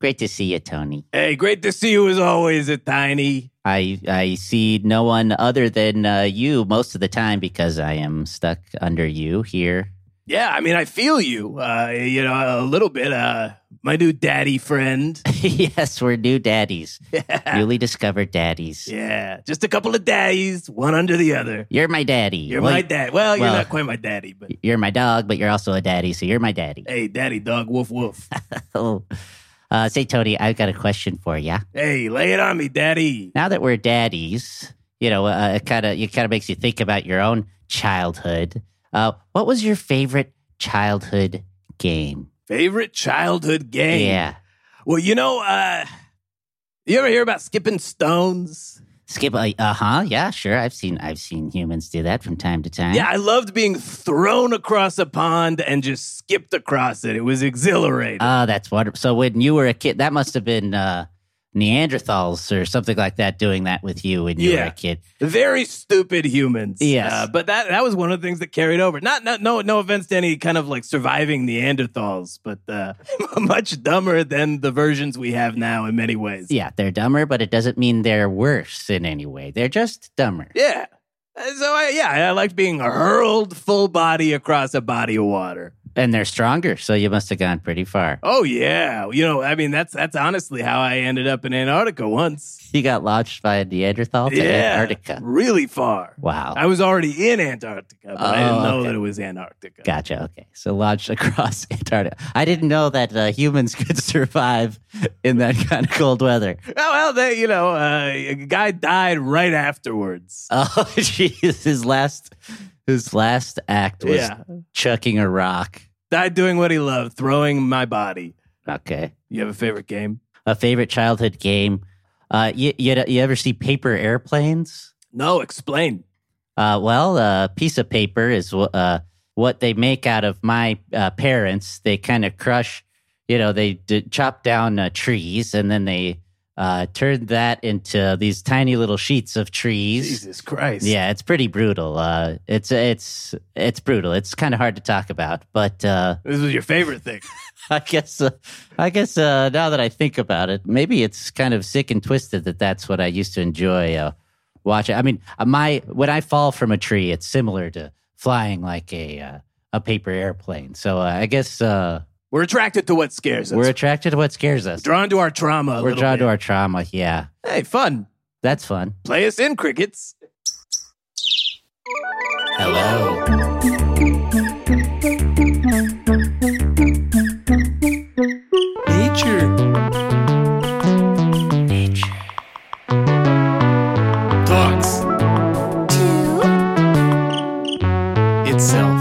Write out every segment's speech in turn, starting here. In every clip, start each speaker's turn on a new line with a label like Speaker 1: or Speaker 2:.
Speaker 1: Great to see you, Tony.
Speaker 2: Hey, great to see you as always, a tiny.
Speaker 1: I I see no one other than uh, you most of the time because I am stuck under you here.
Speaker 2: Yeah, I mean, I feel you. Uh, you know, a little bit. Uh, my new daddy friend.
Speaker 1: yes, we're new daddies, newly discovered daddies.
Speaker 2: yeah, just a couple of daddies, one under the other.
Speaker 1: You're my daddy.
Speaker 2: You're
Speaker 1: Well,
Speaker 2: my dad. Well, you're
Speaker 1: well-
Speaker 2: not quite my daddy, but
Speaker 1: You're my dog, but you're also a daddy, so you're my daddy.
Speaker 2: hey, daddy dog, woof woof.
Speaker 1: Oh. Uh, say, Tony, I've got a question for you.
Speaker 2: hey, lay it on me, daddy.
Speaker 1: Now that we're daddies, you know, uh, it kind of it kind of makes you think about your own childhood. Uh, what was your favorite childhood game?
Speaker 2: Favorite childhood game.
Speaker 1: Yeah,
Speaker 2: Well, you know, uh, you ever hear about skipping stones?
Speaker 1: skip. Uh huh. Yeah, sure. I've seen I've seen humans do that from time to time.
Speaker 2: Yeah, I loved being thrown across a pond and just skipped across it. It was exhilarating.
Speaker 1: Oh, that's wonderful. So when you were a kid, that must have been uh, Neanderthals or something like that doing that with you when you
Speaker 2: Yeah.
Speaker 1: were a kid.
Speaker 2: Very stupid humans. Uh,
Speaker 1: Yes.
Speaker 2: but that that was one of the things that carried over. Not, not no no offense to any kind of like surviving Neanderthals, but uh, much dumber than the versions we have now in many ways.
Speaker 1: Yeah, they're dumber, but it doesn't mean they're worse in any way. They're just dumber.
Speaker 2: Yeah. Uh, So I, yeah, I liked being hurled full body across a body of water.
Speaker 1: And they're stronger, so you must have gone pretty far.
Speaker 2: Oh yeah, you know, I mean that's that's honestly how I ended up in Antarctica once.
Speaker 1: You got lodged by a Neanderthal to
Speaker 2: yeah,
Speaker 1: Antarctica.
Speaker 2: really far.
Speaker 1: Wow.
Speaker 2: I was already in Antarctica, but I didn't
Speaker 1: Oh,
Speaker 2: know
Speaker 1: okay.
Speaker 2: that it was Antarctica.
Speaker 1: Gotcha. Okay. So lodged across Antarctica. I didn't know that uh, humans could survive in that kind of cold weather.
Speaker 2: Oh well, they you know, uh, a guy died right afterwards.
Speaker 1: Oh, jeez. His last, his last act was
Speaker 2: yeah,
Speaker 1: chucking a rock.
Speaker 2: died doing what he loved, throwing my body.
Speaker 1: Okay.
Speaker 2: You have a favorite game?
Speaker 1: A favorite childhood game. Uh, you, you, you ever see paper airplanes?
Speaker 2: No, explain.
Speaker 1: Uh, well, a piece of paper is wh- uh, what they make out of my uh, parents. They kind of crush, you know, they d- chop down uh, trees and then they uh, turn that into these tiny little sheets of trees.
Speaker 2: Jesus Christ!
Speaker 1: Yeah, it's pretty brutal. Uh, it's it's it's brutal. It's kind of hard to talk about, but uh,
Speaker 2: this was your favorite thing.
Speaker 1: I guess uh, I guess uh, now that I think about it, maybe it's kind of sick and twisted that that's what I used to enjoy uh, watching. I mean, uh, my when I fall from a tree, it's similar to flying like a uh, a paper airplane. So uh, I guess uh,
Speaker 2: We're attracted to what scares us.
Speaker 1: we're attracted to what scares us.
Speaker 2: drawn to our trauma. a
Speaker 1: We're
Speaker 2: little
Speaker 1: drawn to
Speaker 2: bit.
Speaker 1: our trauma. Yeah,
Speaker 2: Hey, fun.
Speaker 1: that's fun.
Speaker 2: Play us in crickets.
Speaker 1: Hello.
Speaker 2: Nature. Talks. To. Itself.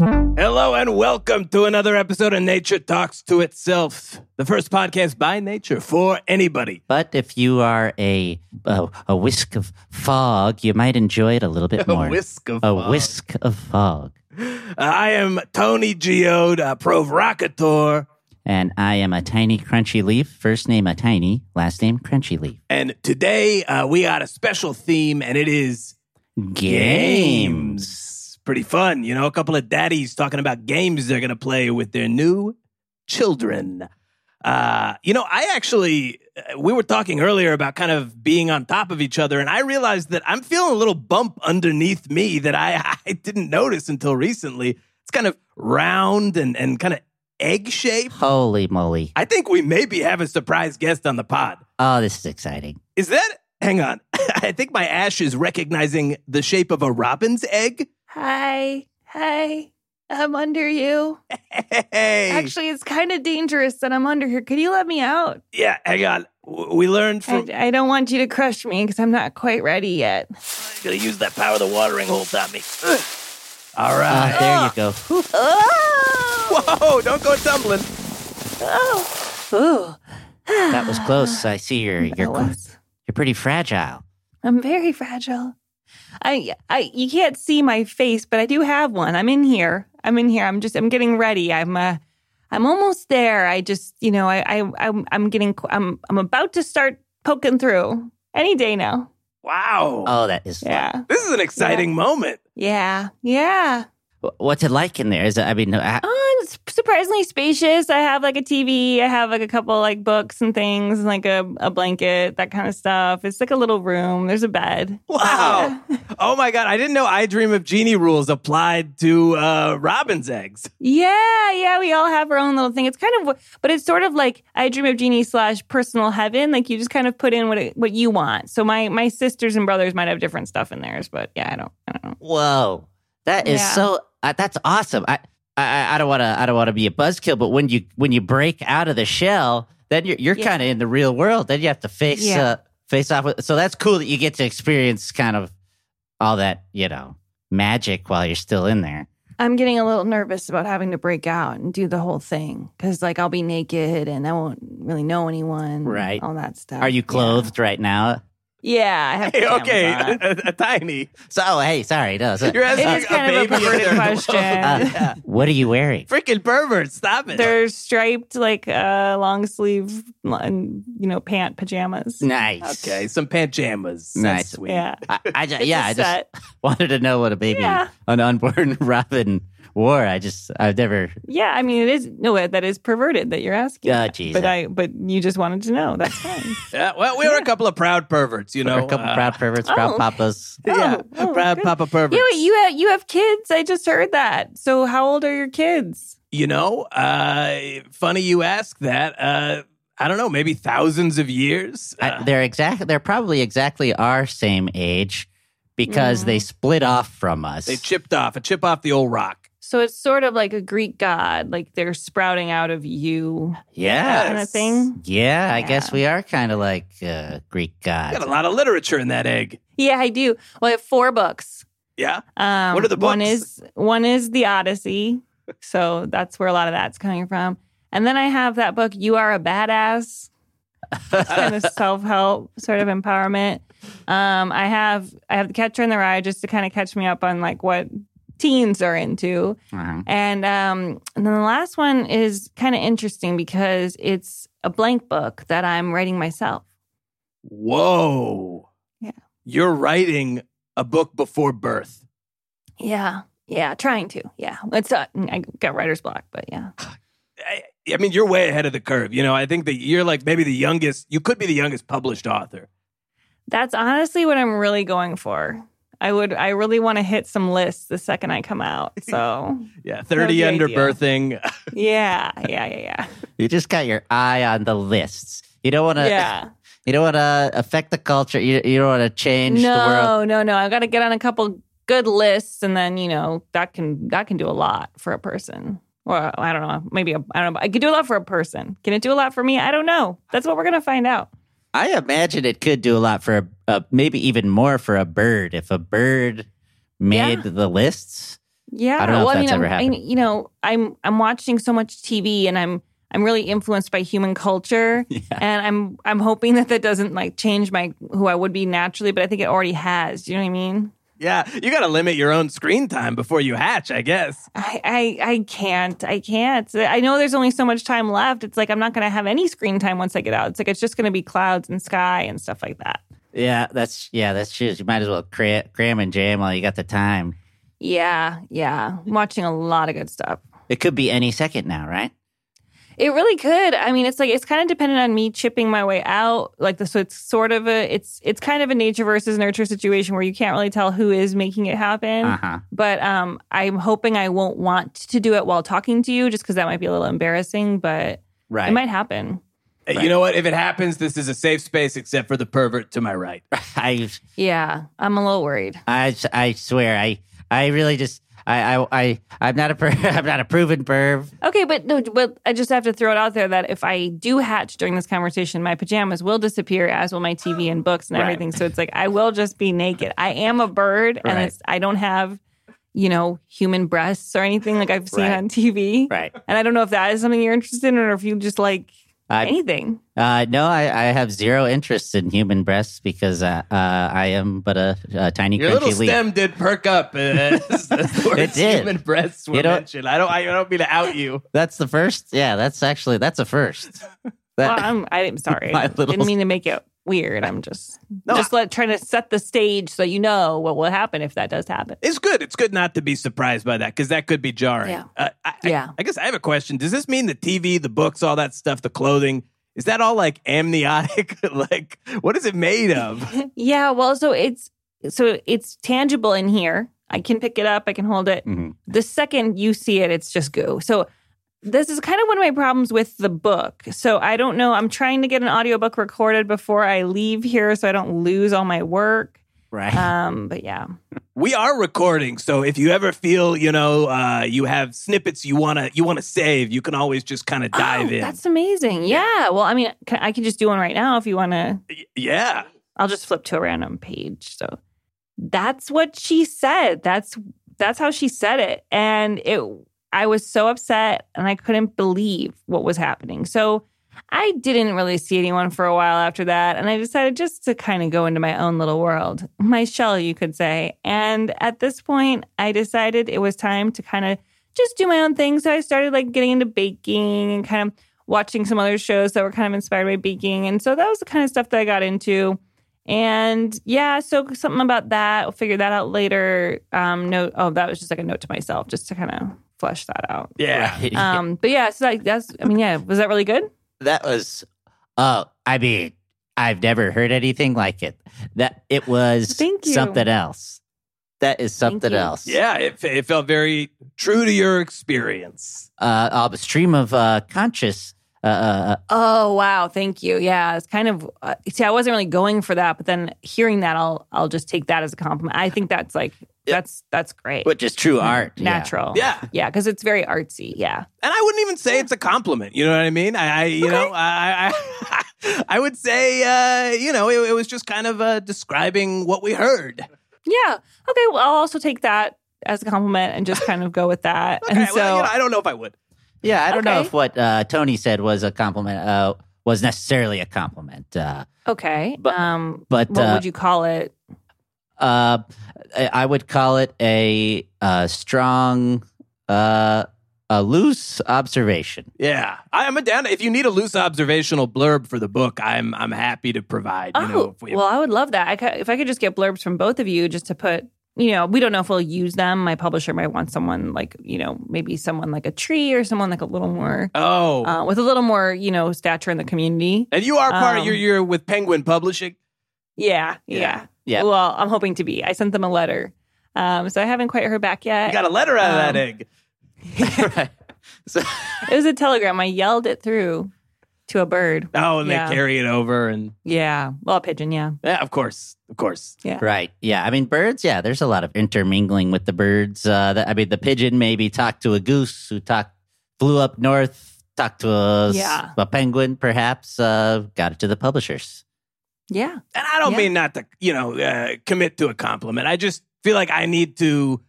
Speaker 2: Hello and welcome to another episode of Nature Talks to Itself, the first podcast by nature for anybody.
Speaker 1: But if you are a a, a whisk of fog, you might enjoy it a little bit more.
Speaker 2: A whisk of
Speaker 1: A
Speaker 2: fog.
Speaker 1: whisk of fog.
Speaker 2: I am Tony Geode, a provocateur,
Speaker 1: And I am a tiny crunchy leaf. First name a tiny, last name crunchy leaf.
Speaker 2: and today uh, we got a special theme, and it is
Speaker 1: Games.
Speaker 2: Pretty fun, you know. A couple of daddies talking about games they're going to play with their new children. Uh, you know, I actually, uh, we were talking earlier about kind of being on top of each other, and I realized that I'm feeling a little bump underneath me that I, I didn't notice until recently. It's kind of round and, and kind of egg shaped.
Speaker 1: Holy moly.
Speaker 2: I think we maybe have a surprise guest on the pod.
Speaker 1: Oh, this is exciting.
Speaker 2: Is that? Hang on. I think my ash is recognizing the shape of a robin's egg.
Speaker 3: Hi. Hi. I'm under you.
Speaker 2: Hey.
Speaker 3: Actually, it's kind of dangerous that I'm under here. Could you let me out?
Speaker 2: yeah, hang on. W- We learned
Speaker 3: I,
Speaker 2: from.
Speaker 3: I don't want you to crush me because I'm not quite ready yet.
Speaker 2: Gonna use that power of the watering hole, Tommy. Ugh. All
Speaker 1: Oh,
Speaker 2: right.
Speaker 1: there you go. Whew.
Speaker 3: Oh!
Speaker 2: Whoa, don't go tumbling.
Speaker 3: Ooh.
Speaker 1: That was close. I see you're you're
Speaker 3: That
Speaker 1: qu-
Speaker 3: was-
Speaker 1: you're pretty fragile.
Speaker 3: I'm very fragile. I, I, you can't see my face, but I do have one. I'm in here. I'm in here. I'm just, I'm getting ready. I'm, uh, I'm almost there. I just, you know, I, I, I'm, I'm getting, I'm, I'm about to start poking through any day now.
Speaker 2: Wow.
Speaker 1: Oh, that is fun.
Speaker 3: Yeah.
Speaker 2: this is an exciting moment.
Speaker 3: Yeah. Yeah.
Speaker 1: Wh- What's it like in there? Is it, I mean, I,
Speaker 3: Oh, it's surprisingly spacious. I have like a TV. I have like a couple like books and things, and like a, a blanket, that kind of stuff. It's like a little room. There's a bed.
Speaker 2: Wow. Oh my God. I didn't know I Dream of Genie rules applied to uh, robin's eggs.
Speaker 3: Yeah, yeah, we all have our own little thing. It's kind of, but it's sort of like I Dream of Genie slash personal heaven. Like you just kind of put in what it, what you want. So my my sisters and brothers might have different stuff in theirs, but yeah, I don't, I don't know.
Speaker 1: whoa, that is
Speaker 3: Yeah.
Speaker 1: so, uh, that's awesome. I, I, I don't want to, I don't want to be a buzzkill, but when you, when you break out of the shell, then you're, you're
Speaker 3: Yeah.
Speaker 1: kind of in the real world. Then you have to face,
Speaker 3: Yeah.
Speaker 1: uh, face off with, so that's cool that you get to experience kind of all that, you know, magic while you're still in there.
Speaker 3: I'm getting a little nervous about having to break out and do the whole thing because like I'll be naked and I won't really know anyone,
Speaker 1: Right.
Speaker 3: All that stuff.
Speaker 1: Are you clothed right now?
Speaker 3: Yeah, I have.
Speaker 2: Hey,
Speaker 3: pajamas
Speaker 2: okay.
Speaker 3: on.
Speaker 2: A, a- a tiny.
Speaker 1: So, oh, hey, sorry. No, so,
Speaker 2: You're asking
Speaker 3: It is kind
Speaker 2: a
Speaker 3: of a
Speaker 2: baby in
Speaker 3: perverted
Speaker 2: their clothes.
Speaker 3: question.
Speaker 2: Yeah.
Speaker 1: uh, what are you wearing?
Speaker 2: Freaking pervert. Stop it.
Speaker 3: They're striped like uh, long sleeve, you know, pant pajamas.
Speaker 1: Nice.
Speaker 2: okay. Some pajamas.
Speaker 1: Nice.
Speaker 2: That's sweet.
Speaker 3: Yeah,
Speaker 1: I, I ju-
Speaker 3: It's a
Speaker 1: yeah, I just
Speaker 3: set.
Speaker 1: wanted to know what a baby,
Speaker 3: Yeah.
Speaker 1: an unborn robin wore. I just, I've never,
Speaker 3: Yeah, I mean, it is no, that is perverted that you're asking.
Speaker 1: Ah,
Speaker 3: that.
Speaker 1: jeez.
Speaker 3: But I, but you just wanted to know. That's fine.
Speaker 2: Yeah, Uh, well, we were a couple of proud perverts, you know.
Speaker 1: a couple
Speaker 2: uh,
Speaker 1: proud perverts, proud
Speaker 3: oh.
Speaker 1: papas.
Speaker 2: Yeah,
Speaker 3: Oh, oh,
Speaker 2: proud
Speaker 3: good.
Speaker 2: papa perverts.
Speaker 3: yeah, wait, you have you have kids. I just heard that. So how old are your kids?
Speaker 2: You know, uh, funny you ask that. Uh, I don't know, maybe thousands of years.
Speaker 1: I,
Speaker 2: Uh,
Speaker 1: they're exactly, they're probably exactly our same age because
Speaker 3: Mhm.
Speaker 1: they split off from us.
Speaker 2: they chipped off a chip off the old rock.
Speaker 3: So it's sort of like a Greek god, like they're sprouting out of you, that
Speaker 1: yeah.
Speaker 3: kind of thing.
Speaker 1: Yeah, I guess
Speaker 3: Yeah.
Speaker 1: we are kind of like uh, Greek gods.
Speaker 2: Got a lot of literature in that egg.
Speaker 3: Yeah, I do. Well, I have four books.
Speaker 2: Yeah,
Speaker 3: Um,
Speaker 2: What are the
Speaker 3: One
Speaker 2: books?
Speaker 3: is one is the Odyssey, so that's where a lot of that's coming from. And then I have that book, "You Are a Badass," It's kind of self help, sort of empowerment. Um, I have I have the Catcher in the Rye, just to kind of catch me up on like what teens are into.
Speaker 1: Uh-huh.
Speaker 3: And um, and then the last one is kind of interesting because it's a blank book that I'm writing myself.
Speaker 2: Whoa.
Speaker 3: Yeah.
Speaker 2: You're writing a book before birth.
Speaker 3: Yeah, yeah, trying to. Yeah, it's uh, I got writer's block, but yeah.
Speaker 2: I, I mean, you're way ahead of the curve. You know, I think that you're like maybe the youngest, you could be the youngest published author.
Speaker 3: That's honestly what I'm really going for. I would I really want to hit some lists the second I come out. So
Speaker 2: Yeah,
Speaker 3: would
Speaker 2: 30
Speaker 3: be
Speaker 2: under
Speaker 3: ideal.
Speaker 2: birthing.
Speaker 3: yeah, yeah, yeah, yeah.
Speaker 1: You just got your eye on the lists. You don't want to.
Speaker 3: yeah.
Speaker 1: You don't want to affect the culture. You, you don't want to change the world.
Speaker 3: No, no, no. I've got to get on a couple good lists and then, you know, that can that can do a lot for a person. Well, I don't know. Maybe a, I don't know. I could do a lot for a person. Can it do a lot for me? I don't know. That's what we're gonna find out.
Speaker 1: I imagine it could do a lot for a, a maybe even more for a bird if a bird made the lists.
Speaker 3: Yeah.
Speaker 1: I don't know if
Speaker 3: well, I mean,
Speaker 1: that's ever
Speaker 3: I'm- I
Speaker 1: happened.
Speaker 3: you know, I'm I'm watching so much TV and I'm I'm really influenced by human culture.
Speaker 1: Yeah.
Speaker 3: and I'm I'm hoping that that doesn't like change my who I would be naturally, but I think it already has. Do you know what I mean?
Speaker 2: yeah, you got to limit your own screen time before you hatch, I guess.
Speaker 3: I I, I can't I can't. I know there's only so much time left. It's like I'm not going to have any screen time once I get out. It's like it's just going to be clouds and sky and stuff like that.
Speaker 1: Yeah, that's yeah, that's true. You might as well cram, cram and jam while you got the time.
Speaker 3: Yeah, yeah. I'm watching a lot of good stuff.
Speaker 1: It could be any second now, right?
Speaker 3: It really could. I mean, it's like it's kind of dependent on me chipping my way out. Like the, so, it's sort of a it's it's kind of a nature versus nurture situation where you can't really tell who is making it happen.
Speaker 1: Uh huh.
Speaker 3: but um, I'm hoping I won't want to do it while talking to you, just because that might be a little embarrassing. But
Speaker 1: Right.
Speaker 3: it might happen.
Speaker 2: Hey,
Speaker 1: Right.
Speaker 2: You know what? If it happens, this is a safe space except for the pervert to my right.
Speaker 1: I
Speaker 3: Yeah, I'm a little worried.
Speaker 1: I I swear I I really just I I, I I'm not a per, I'm not a proven perv.
Speaker 3: Okay, but no, but I just have to throw it out there that if I do hatch during this conversation, my pajamas will disappear, as will my TV and books and
Speaker 1: Right.
Speaker 3: everything. So it's like I will just be naked. I am a bird, and
Speaker 1: Right.
Speaker 3: it's, I don't have, you know, human breasts or anything like I've seen
Speaker 1: Right.
Speaker 3: on TV.
Speaker 1: Right.
Speaker 3: And I don't know if that is something you're interested in, or if you just like
Speaker 1: I
Speaker 3: anything.
Speaker 1: Uh, no, I, I have zero interest in human breasts because uh, uh, I am but a, a tiny
Speaker 2: Your little
Speaker 1: crunchy leaf.
Speaker 2: stem did perk up. Uh, as the words
Speaker 1: It did.
Speaker 2: Human breasts were
Speaker 1: You know-
Speaker 2: mentioned. I don't. I don't mean to out you.
Speaker 1: That's the first. Yeah, that's actually that's a first. That
Speaker 3: well, I'm, I'm sorry.
Speaker 1: My
Speaker 3: I
Speaker 1: little-
Speaker 3: didn't mean to make it weird. I'm just
Speaker 2: No,
Speaker 3: just let, trying to set the stage so you know what will happen if that does happen.
Speaker 2: It's good. It's good not to be surprised by that because that could be jarring.
Speaker 3: Yeah.
Speaker 2: Uh, I, I-
Speaker 3: Yeah.
Speaker 2: I guess I have a question. Does this mean the TV, the books, all that stuff, the clothing? Is that all like amniotic? like, what is it made of?
Speaker 3: Yeah, well, so it's so it's tangible in here. I can pick it up. I can hold it.
Speaker 1: Mhm.
Speaker 3: The second you see it, it's just goo. So this is kind of one of my problems with the book. So I don't know. I'm trying to get an audiobook recorded before I leave here so I don't lose all my work.
Speaker 1: Right.
Speaker 3: Um, but yeah.
Speaker 2: we are recording, so if you ever feel, you know, uh, you have snippets you wanna you wanna save, you can always just kind of dive
Speaker 3: Oh,
Speaker 2: in.
Speaker 3: That's amazing. Yeah. Well, I mean, can, I can just do one right now if you want to.
Speaker 2: Y- yeah.
Speaker 3: I'll just flip to a random page. So that's what she said. That's that's how she said it. And it I was so upset and I couldn't believe what was happening. So I didn't really see anyone for a while after that and I decided just to kind of go into my own little world, my shell you could say. And at this point, I decided it was time to kind of just do my own thing. So I started like getting into baking and kind of watching some other shows that were kind of inspired by baking. And so that was the kind of stuff that I got into. And yeah, so something about that. We'll figure that out later. Um, note. Oh, that was just like a note to myself, just to kind of flesh that out.
Speaker 2: Yeah.
Speaker 1: Right.
Speaker 3: Um, but yeah, so like that's. I mean, yeah, was that really good?
Speaker 1: that was uh i mean i've never heard anything like it that it was
Speaker 3: Thank you.
Speaker 1: something else that is
Speaker 3: Thank
Speaker 1: something
Speaker 3: you.
Speaker 1: else
Speaker 2: Yeah, it, it felt very true to your experience.
Speaker 1: uh, uh stream of uh conscious uh, uh, uh
Speaker 3: Oh wow, thank you. Yeah, it's kind of. Uh, see, I wasn't really going for that, but then hearing that, I'll I'll just take that as a compliment. I think that's like
Speaker 1: Yeah.
Speaker 3: that's that's great.
Speaker 1: which is true art yeah.
Speaker 3: Natural.
Speaker 2: Yeah.
Speaker 3: Yeah, because it's very artsy. Yeah.
Speaker 2: And I wouldn't even say it's a compliment. You know what I mean? I, I you
Speaker 3: Okay.
Speaker 2: know, I, I, I would say, uh, you know, it, it was just kind of uh, describing what we heard.
Speaker 3: Yeah. Okay. Well, I'll also take that as a compliment and just kind of go with that.
Speaker 2: Okay,
Speaker 3: and so
Speaker 2: well, you know, I don't know if I would.
Speaker 1: yeah i don't know
Speaker 3: Okay.
Speaker 1: if what uh tony said was a compliment uh was necessarily a compliment uh
Speaker 3: okay.
Speaker 1: But-
Speaker 3: um,
Speaker 1: but
Speaker 3: what
Speaker 1: uh,
Speaker 3: would you call it?
Speaker 1: uh I- i would call it a uh strong uh a loose observation
Speaker 2: Yeah, I, am a down. If you need a loose observational blurb for the book, I'm I'm happy to provide. You
Speaker 3: oh,
Speaker 2: know, if we,
Speaker 3: well, I would love that. I could, if I could just get blurbs from both of you, just to put, you know, we don't know if we'll use them. My publisher might want someone like, you know, maybe someone like a tree or someone like a little more,
Speaker 2: oh,
Speaker 3: uh, with a little more, you know, stature in the community.
Speaker 2: and you are part of
Speaker 3: um,
Speaker 2: your you're with Penguin Publishing.
Speaker 3: Yeah,
Speaker 2: Yeah.
Speaker 3: yeah,
Speaker 1: Yeah.
Speaker 3: Well, I'm hoping to be. I sent them a letter, um, so I um, haven't quite heard back
Speaker 2: You
Speaker 3: yet.
Speaker 2: got a letter out of that
Speaker 3: um,
Speaker 2: egg.
Speaker 1: right so
Speaker 3: it was a telegram. I yelled it through to a bird.
Speaker 2: Oh, and
Speaker 3: yeah.
Speaker 2: they carry it over, and
Speaker 3: Yeah, well, a pigeon. Yeah.
Speaker 2: yeah, of course, of course.
Speaker 1: Right. Yeah. I mean, birds. Yeah. There's a lot of intermingling with the birds. Uh, that, I mean, the pigeon maybe talked to a goose who talked, flew up north, talked to a, s-
Speaker 3: Yeah.
Speaker 1: a penguin, perhaps, uh, got it to the publishers.
Speaker 3: Yeah.
Speaker 2: And I don't
Speaker 3: Yeah.
Speaker 2: mean not to, you know, uh, commit to a compliment. I just feel like I need to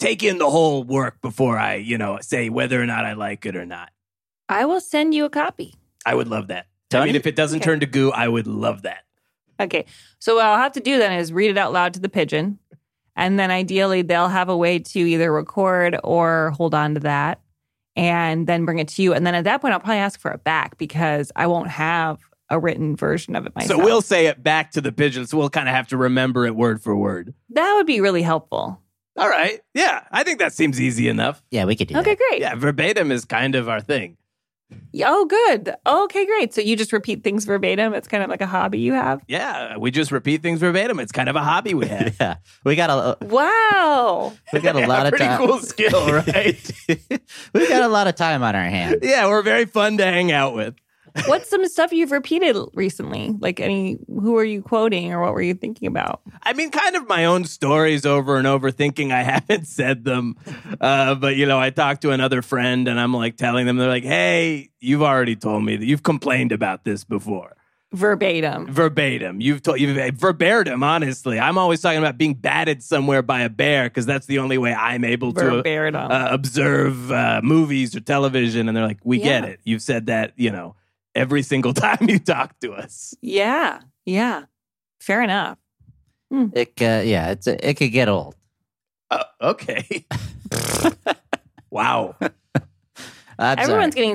Speaker 2: take in the whole work before I, you know, say whether or not I like it or not.
Speaker 3: I will send you a copy.
Speaker 2: I would love that. I
Speaker 1: Tony?
Speaker 2: mean, if it doesn't
Speaker 3: Okay.
Speaker 2: turn to goo, I would love that.
Speaker 3: Okay. So what I'll have to do then is read it out loud to the pigeon. And then ideally they'll have a way to either record or hold on to that and then bring it to you. And then at that point I'll probably ask for it back because I won't have a written version of it myself.
Speaker 2: So we'll say it back to the pigeon. So we'll kind of have to remember it word for word.
Speaker 3: that would be really helpful.
Speaker 2: All right. Yeah. I think that seems easy enough.
Speaker 1: Yeah, we could do
Speaker 3: Okay,
Speaker 1: that.
Speaker 3: great.
Speaker 2: Yeah. Verbatim is kind of our thing.
Speaker 3: Oh, good. Okay, great. So you just repeat things verbatim. It's kind of like a hobby you have.
Speaker 2: Yeah. We just repeat things verbatim. It's kind of a hobby we have.
Speaker 1: Yeah. We got a
Speaker 3: Wow.
Speaker 1: we got a lot of
Speaker 2: Pretty
Speaker 1: time.
Speaker 2: cool skill, right?
Speaker 1: we got a lot of time on our hands.
Speaker 2: yeah. We're very fun to hang out with.
Speaker 3: What's some stuff you've repeated recently? Like any who are you quoting or what were you thinking about?
Speaker 2: I mean, kind of my own stories over and over, thinking I haven't said them. Uh, but, you know, I talked to another friend and I'm like telling them, they're like, hey, you've already told me that you've complained about this before.
Speaker 3: Verbatim.
Speaker 2: Verbatim. You've told, you've, eh, verbatim, honestly. I'm always talking about being batted somewhere by a bear because that's the only way I'm able to
Speaker 3: Verbatim.
Speaker 2: uh, observe uh, movies or television. And they're like, we get
Speaker 3: Yeah.
Speaker 2: it. You've said that, you know, every single time you talk to us.
Speaker 3: yeah, yeah. Fair enough.
Speaker 1: It uh, yeah, it's it could get old.
Speaker 2: Uh, okay. wow.
Speaker 1: I'm
Speaker 3: Everyone's getting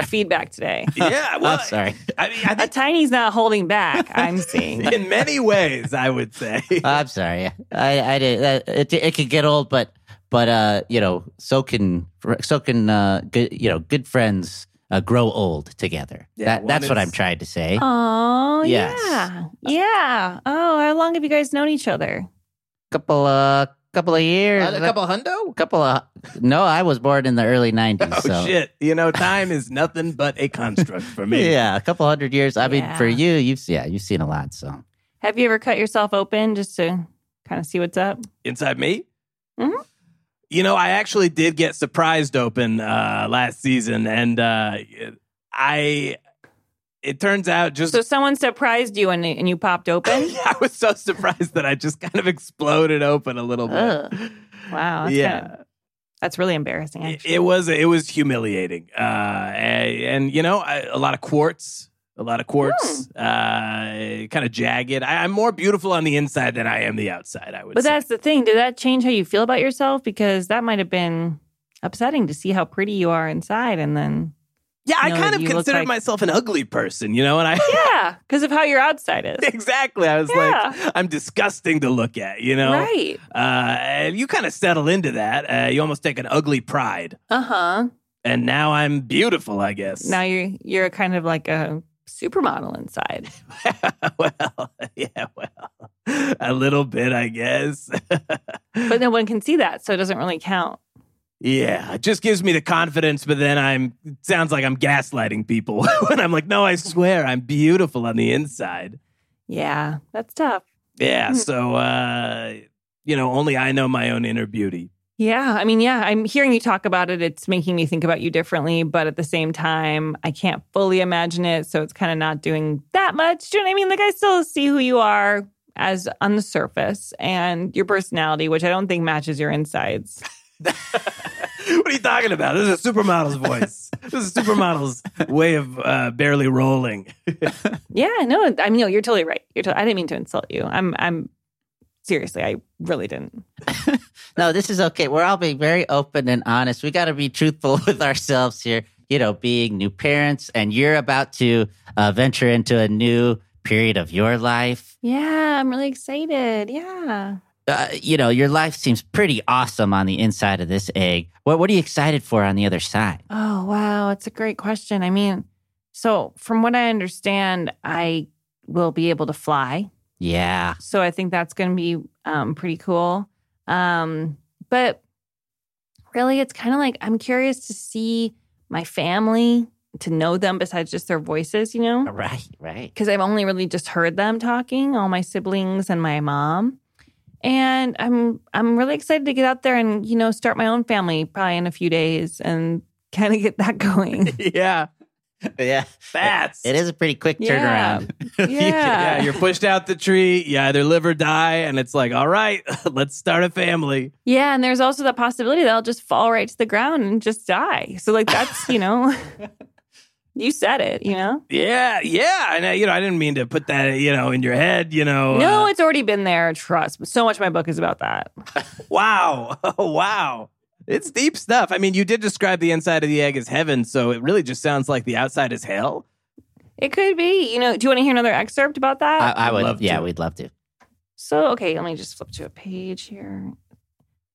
Speaker 3: feedback today.
Speaker 2: yeah, well,
Speaker 1: I'm sorry.
Speaker 2: I mean, I
Speaker 3: A
Speaker 2: think
Speaker 3: tiny's not holding back. I'm seeing.
Speaker 2: in many ways, I would say.
Speaker 1: I'm sorry. I, I did. that- It, it can get old, but but uh, you know, so can so can uh, good you know, good friends uh, grow old together.
Speaker 2: Yeah,
Speaker 1: that
Speaker 2: one
Speaker 1: that's what
Speaker 2: is-
Speaker 1: I'm trying to say. A
Speaker 3: Oh
Speaker 1: Yes.
Speaker 3: yeah, yeah. Oh, how long have you guys known each other?
Speaker 1: couple uh, couple of years.
Speaker 4: a couple hundo?
Speaker 1: couple of no, I was born in the early '90s.
Speaker 2: Oh
Speaker 1: so.
Speaker 2: shit! You know, time is nothing but a construct for me.
Speaker 1: Yeah, a couple hundred years. I mean, for
Speaker 3: Yeah.
Speaker 1: you, you've yeah, you've seen a lot. So
Speaker 3: Have you ever cut yourself open just to kind of see what's up?
Speaker 2: Inside me.
Speaker 1: Mm-hmm.
Speaker 3: Mhm.
Speaker 2: You know, I actually did get surprised open uh, last season, and uh, I. It turns out just
Speaker 3: So someone surprised you and and you popped open.
Speaker 2: I was so surprised that I just kind of exploded open a little bit.
Speaker 3: Ugh. Wow. Oh, That's
Speaker 2: yeah,
Speaker 3: kind of- that's really embarrassing.
Speaker 2: it,
Speaker 3: Actually.
Speaker 2: it was it was humiliating, uh, and, and, you know I, a lot of quartz, a lot of quartz,
Speaker 3: Hmm.
Speaker 2: uh, kind of jagged. I, I'm more beautiful on the inside than I am the outside. I would.
Speaker 3: But
Speaker 2: say.
Speaker 3: that's the thing. Did that change how you feel about yourself? Because that might have been upsetting to see how pretty you are inside, and then
Speaker 2: yeah. I
Speaker 3: know
Speaker 2: kind
Speaker 3: that
Speaker 2: of
Speaker 3: you look
Speaker 2: considered
Speaker 3: like-
Speaker 2: myself an ugly person, you know, and I.
Speaker 3: yeah, because of how your outside is.
Speaker 2: Exactly. I was
Speaker 3: Yeah.
Speaker 2: like, I'm disgusting to look at, you know?
Speaker 3: Right.
Speaker 2: Uh, and you kind of settle into that. Uh, you almost take an ugly pride.
Speaker 3: Uh huh.
Speaker 2: And now I'm beautiful, I guess.
Speaker 3: Now you're you're kind of like a supermodel inside.
Speaker 2: well, yeah, well, a little bit, I guess.
Speaker 3: but no one can see that, so it doesn't really count.
Speaker 2: yeah, it just gives me the confidence, but then I'm it sounds like I'm gaslighting people when I'm like, no, I swear I'm beautiful on the inside.
Speaker 3: Yeah, that's tough.
Speaker 2: Yeah,
Speaker 3: Hmm.
Speaker 2: so uh, you know, only I know my own inner beauty.
Speaker 3: Yeah, I mean, yeah, I'm hearing you talk about it. It's making me think about you differently, but at the same time, I can't fully imagine it, so it's kind of not doing that much. Do you know what I mean? Like I still see who you are as on the surface and your personality, which I don't think matches your insides.
Speaker 2: what are you talking about? This is a supermodel's voice. this is a supermodel's way of uh, barely rolling.
Speaker 3: Yeah, no, I mean, no, you're totally right. You're to- I didn't mean to insult you. I'm, I'm seriously, I really didn't.
Speaker 1: no, this is okay. We're all being very open and honest. We got to be truthful with ourselves here. You know, being new parents, and you're about to uh, venture into a new period of your life.
Speaker 3: Yeah, I'm really excited. Yeah.
Speaker 1: Uh, you know, your life seems pretty awesome on the inside of this egg. What What are you excited for on the other side?
Speaker 3: Oh, wow. It's a great question. I mean, so from what I understand, I will be able to fly.
Speaker 1: Yeah,
Speaker 3: So I think that's going to be um, pretty cool. Um, but really, it's kind of like I'm curious to see my family, to know them besides just their voices, you know?
Speaker 1: right, right.
Speaker 3: because I've only really just heard them talking, all my siblings and my mom. And I'm I'm really excited to get out there and you know start my own family probably in a few days and kind of get that going.
Speaker 2: yeah,
Speaker 1: Yeah,
Speaker 2: fast.
Speaker 1: it is a pretty quick
Speaker 3: Yeah.
Speaker 1: turnaround.
Speaker 3: yeah.
Speaker 2: Yeah, you're pushed out the tree. You either live or die, and it's like, all right, let's start a family.
Speaker 3: Yeah, and there's also the possibility that I'll just fall right to the ground and just die. So like that's you know, you said it. You know,
Speaker 2: Yeah, yeah. And uh, you know, I didn't mean to put that, you know, in your head. You know,
Speaker 3: no,
Speaker 2: uh,
Speaker 3: it's already been there. Trust. But so much of my book is about that.
Speaker 2: wow, wow. It's deep stuff. I mean, you did describe the inside of the egg as heaven, so it really just sounds like the outside is hell.
Speaker 3: It could be. You know, do you want to hear another excerpt about that?
Speaker 1: I, I would.
Speaker 2: Love
Speaker 1: yeah,
Speaker 2: to.
Speaker 1: we'd love to.
Speaker 3: So okay, let me just flip to a page here.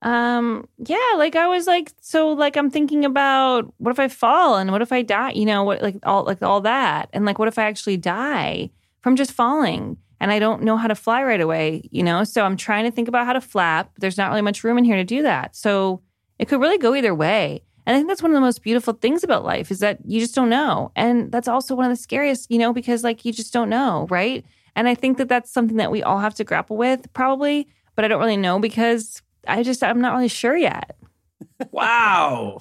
Speaker 3: Um, yeah, like I was like, so like I'm thinking about what if I fall and what if I die? You know, what like all like all that, and like what if I actually die from just falling and I don't know how to fly right away? You know, so I'm trying to think about how to flap. There's not really much room in here to do that, so it could really go either way. And I think that's one of the most beautiful things about life is that you just don't know, and that's also one of the scariest, you know, because like you just don't know, right? And I think that that's something that we all have to grapple with, probably. But I don't really know because I just I'm not really sure yet.
Speaker 2: Wow.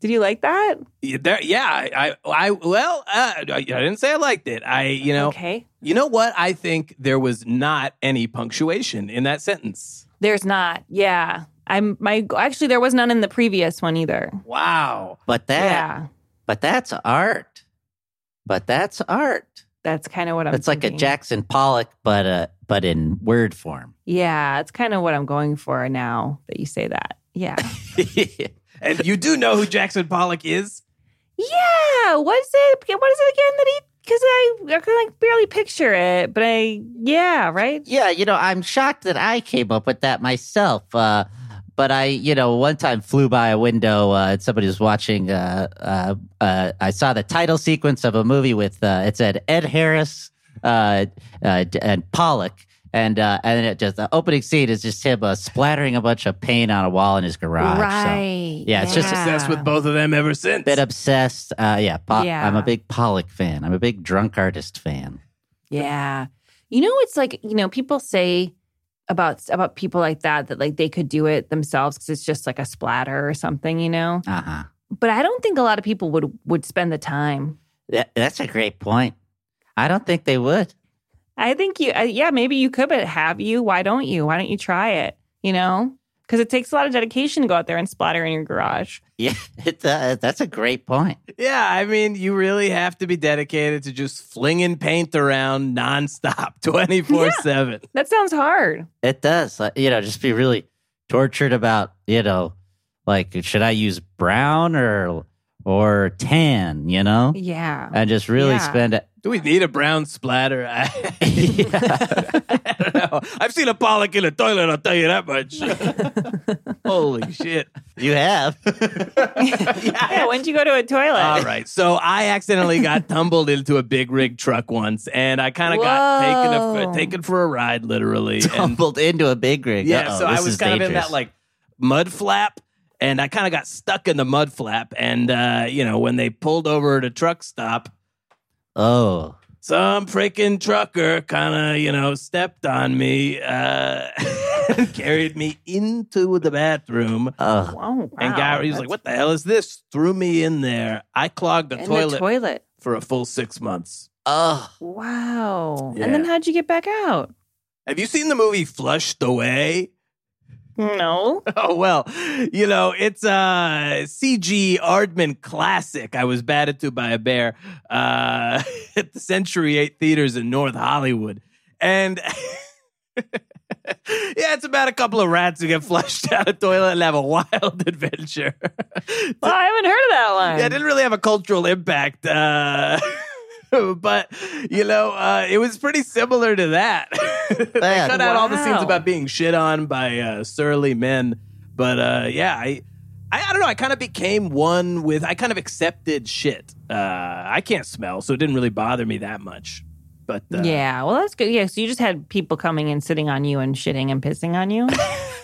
Speaker 3: Did you like that?
Speaker 2: Yeah, there, yeah, I, I, I well, uh, I I didn't say I liked it. I, you know,
Speaker 3: Okay.
Speaker 2: you know what? I think there was not any punctuation in that sentence.
Speaker 3: There's not. Yeah. I'm my actually there was none in the previous one either.
Speaker 2: Wow.
Speaker 1: But that.
Speaker 3: Yeah.
Speaker 1: But that's art. But that's art.
Speaker 3: That's kind of what I'm
Speaker 1: It's like a
Speaker 3: thinking.
Speaker 1: Jackson Pollock, but uh, but in word form.
Speaker 3: Yeah, it's kind of what I'm going for now that you say that. Yeah.
Speaker 2: and you do know who Jackson Pollock is?
Speaker 3: Yeah, what is it? What is it again that he? Because I, I can like barely picture it, but I yeah, right.
Speaker 1: Yeah, you know, I'm shocked that I came up with that myself. Uh, but I, you know, one time flew by a window uh, and somebody was watching. Uh, uh, uh, I saw the title sequence of a movie with uh, it said Ed Harris uh, uh, d- and Pollock, and uh, and it just the opening scene is just him uh, splattering a bunch of paint on a wall in his garage. So
Speaker 3: right.
Speaker 1: yeah, it's just-
Speaker 2: Obsessed with both of them ever since.
Speaker 1: bit obsessed. Uh, yeah, Po-
Speaker 3: Yeah.
Speaker 1: I'm a big Pollock fan. I'm a big drunk artist fan.
Speaker 3: Yeah. You know, it's like, you know, people say about about people like that that like they could do it themselves because it's just like a splatter or something, you know.
Speaker 1: Uh
Speaker 2: Uh-uh.
Speaker 1: huh.
Speaker 3: But I don't think a lot of people would would spend the time.
Speaker 1: That, that's a great point. I don't think they would.
Speaker 3: I think you, uh, yeah, maybe you could, but have you? Why don't you? Why don't you try it? You know, because it takes a lot of dedication to go out there and splatter in your garage.
Speaker 1: Yeah, it, uh, that's a great point.
Speaker 2: Yeah, I mean, you really have to be dedicated to just flinging paint around nonstop, twenty four seven.
Speaker 3: That sounds hard.
Speaker 1: It does. Like, you know, just be really tortured about, you know, like should I use brown or or tan, you know?
Speaker 3: Yeah.
Speaker 1: And just really
Speaker 3: Yeah.
Speaker 1: spend it.
Speaker 2: Do we need a brown splatter? I,
Speaker 1: Yeah.
Speaker 2: I don't know. I've seen a Pollock in a toilet. I'll tell you that much. Holy shit!
Speaker 1: You have.
Speaker 3: yeah. When did you go to a toilet?
Speaker 2: All right, so I accidentally got tumbled into a big rig truck once, and I kind of got taken
Speaker 3: Whoa.
Speaker 2: a, taken for a ride, literally. and-
Speaker 1: Tumbled into a big rig.
Speaker 2: Yeah,
Speaker 1: Uh-oh,
Speaker 2: so I
Speaker 1: this
Speaker 2: was
Speaker 1: is
Speaker 2: kind of in
Speaker 1: dangerous.
Speaker 2: that like mud flap, and I kind of got stuck in the mud flap. And uh, you know, when they pulled over at a truck stop,
Speaker 1: Oh.
Speaker 2: some freaking trucker kind of you know stepped on me, uh, and carried me into the bathroom.
Speaker 1: Oh.
Speaker 3: Whoa, wow.
Speaker 2: Um, And guy, he was like,
Speaker 3: That's-
Speaker 2: "What the hell is this?" Threw me in there. I clogged the,
Speaker 3: In
Speaker 2: toilet,
Speaker 3: the toilet.
Speaker 2: for a full six months.
Speaker 1: Oh.
Speaker 3: Wow.
Speaker 2: Yeah.
Speaker 3: And then how'd you get back out?
Speaker 2: Have you seen the movie Flushed Away?
Speaker 3: No.
Speaker 2: Oh well, you know it's uh, a CG Ardman classic. I was batted to by a bear uh, at the Century Eight theaters in North Hollywood, and yeah, it's about a couple of rats who get flushed out of toilet and have a wild adventure.
Speaker 3: Well, Oh, I haven't heard of that one.
Speaker 2: Yeah, it didn't really have a cultural impact. Uh, but, you know, uh, it was pretty similar to that. they
Speaker 1: Man,
Speaker 2: cut out all the scenes
Speaker 3: wow.
Speaker 2: about being shit on by uh, surly men. But uh, yeah, I, I, I don't know. I kind of became one with, I kind of accepted shit. Uh, I can't smell, so it didn't really bother me that much. But uh,
Speaker 3: Yeah, well, that's good. Yeah, so you just had people coming and sitting on you and shitting and pissing on you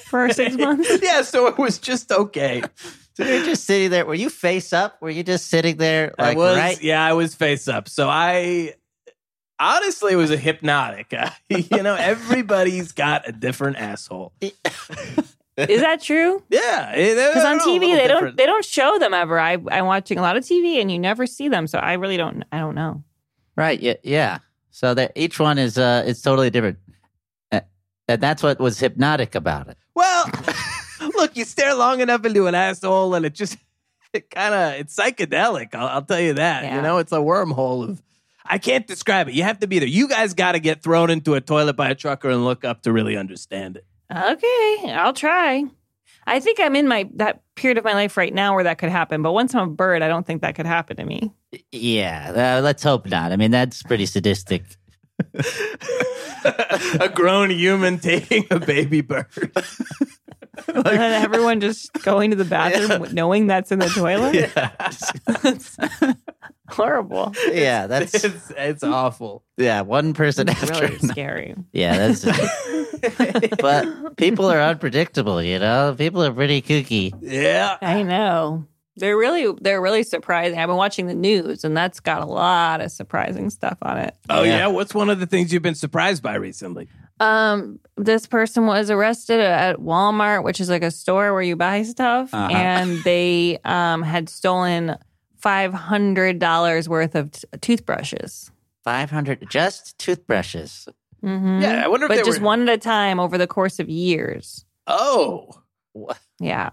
Speaker 3: for six months.
Speaker 2: yeah, so it was just okay.
Speaker 1: So you're just sitting there. Were you face up? Were you just sitting there like
Speaker 2: I was,
Speaker 1: right?
Speaker 2: yeah, I was face up. So I honestly was a hypnotic. you know, everybody's got a different asshole.
Speaker 3: Is that true?
Speaker 2: Yeah, eh,
Speaker 3: Because on TV they don't they don't show them ever. I I'm watching a lot of TV and you never see them, so I really don't I don't know.
Speaker 1: Right. Yeah. Yeah. So that each one is uh it's totally different. Uh, And that's what was hypnotic about it.
Speaker 2: well, look, you stare long enough into an asshole, and it just it kind of it's psychedelic. I'll, I'll tell you that.
Speaker 3: Yeah.
Speaker 2: You know, it's a wormhole of. I can't describe it. You have to be there. You guys got to get thrown into a toilet by a trucker and look up to really understand it.
Speaker 3: Okay, I'll try. I think I'm in my that period of my life right now where that could happen, but once I'm a bird, I don't think that could happen to me.
Speaker 1: Yeah. Uh, let's hope not. I mean, that's pretty sadistic.
Speaker 2: a grown human taking a baby bird.
Speaker 3: and then everyone just going to the bathroom w- knowing that's in the toilet. Horrible.
Speaker 1: yeah.
Speaker 2: It's,
Speaker 1: That's
Speaker 2: it's awful.
Speaker 1: yeah. One person
Speaker 3: It's
Speaker 1: after.
Speaker 3: really
Speaker 1: another.
Speaker 3: scary.
Speaker 1: Yeah. That's. but people are unpredictable. You know, people are pretty kooky.
Speaker 2: Yeah.
Speaker 3: I know. They're really they're really surprising. I've been watching the news and that's got a lot of surprising stuff on it.
Speaker 2: Oh
Speaker 1: Yeah.
Speaker 2: yeah. What's one of the things you've been surprised by recently?
Speaker 3: Um this person was arrested at Walmart, which is like a store where you buy stuff,
Speaker 1: Uh-huh.
Speaker 3: and they um had stolen $500 worth of t- toothbrushes.
Speaker 1: Five hundred just toothbrushes.
Speaker 3: Mhm.
Speaker 2: Yeah, I wonder if
Speaker 3: But
Speaker 2: they
Speaker 3: just
Speaker 2: were-
Speaker 3: one at a time over the course of years.
Speaker 2: Oh,
Speaker 1: Wha-
Speaker 3: Yeah.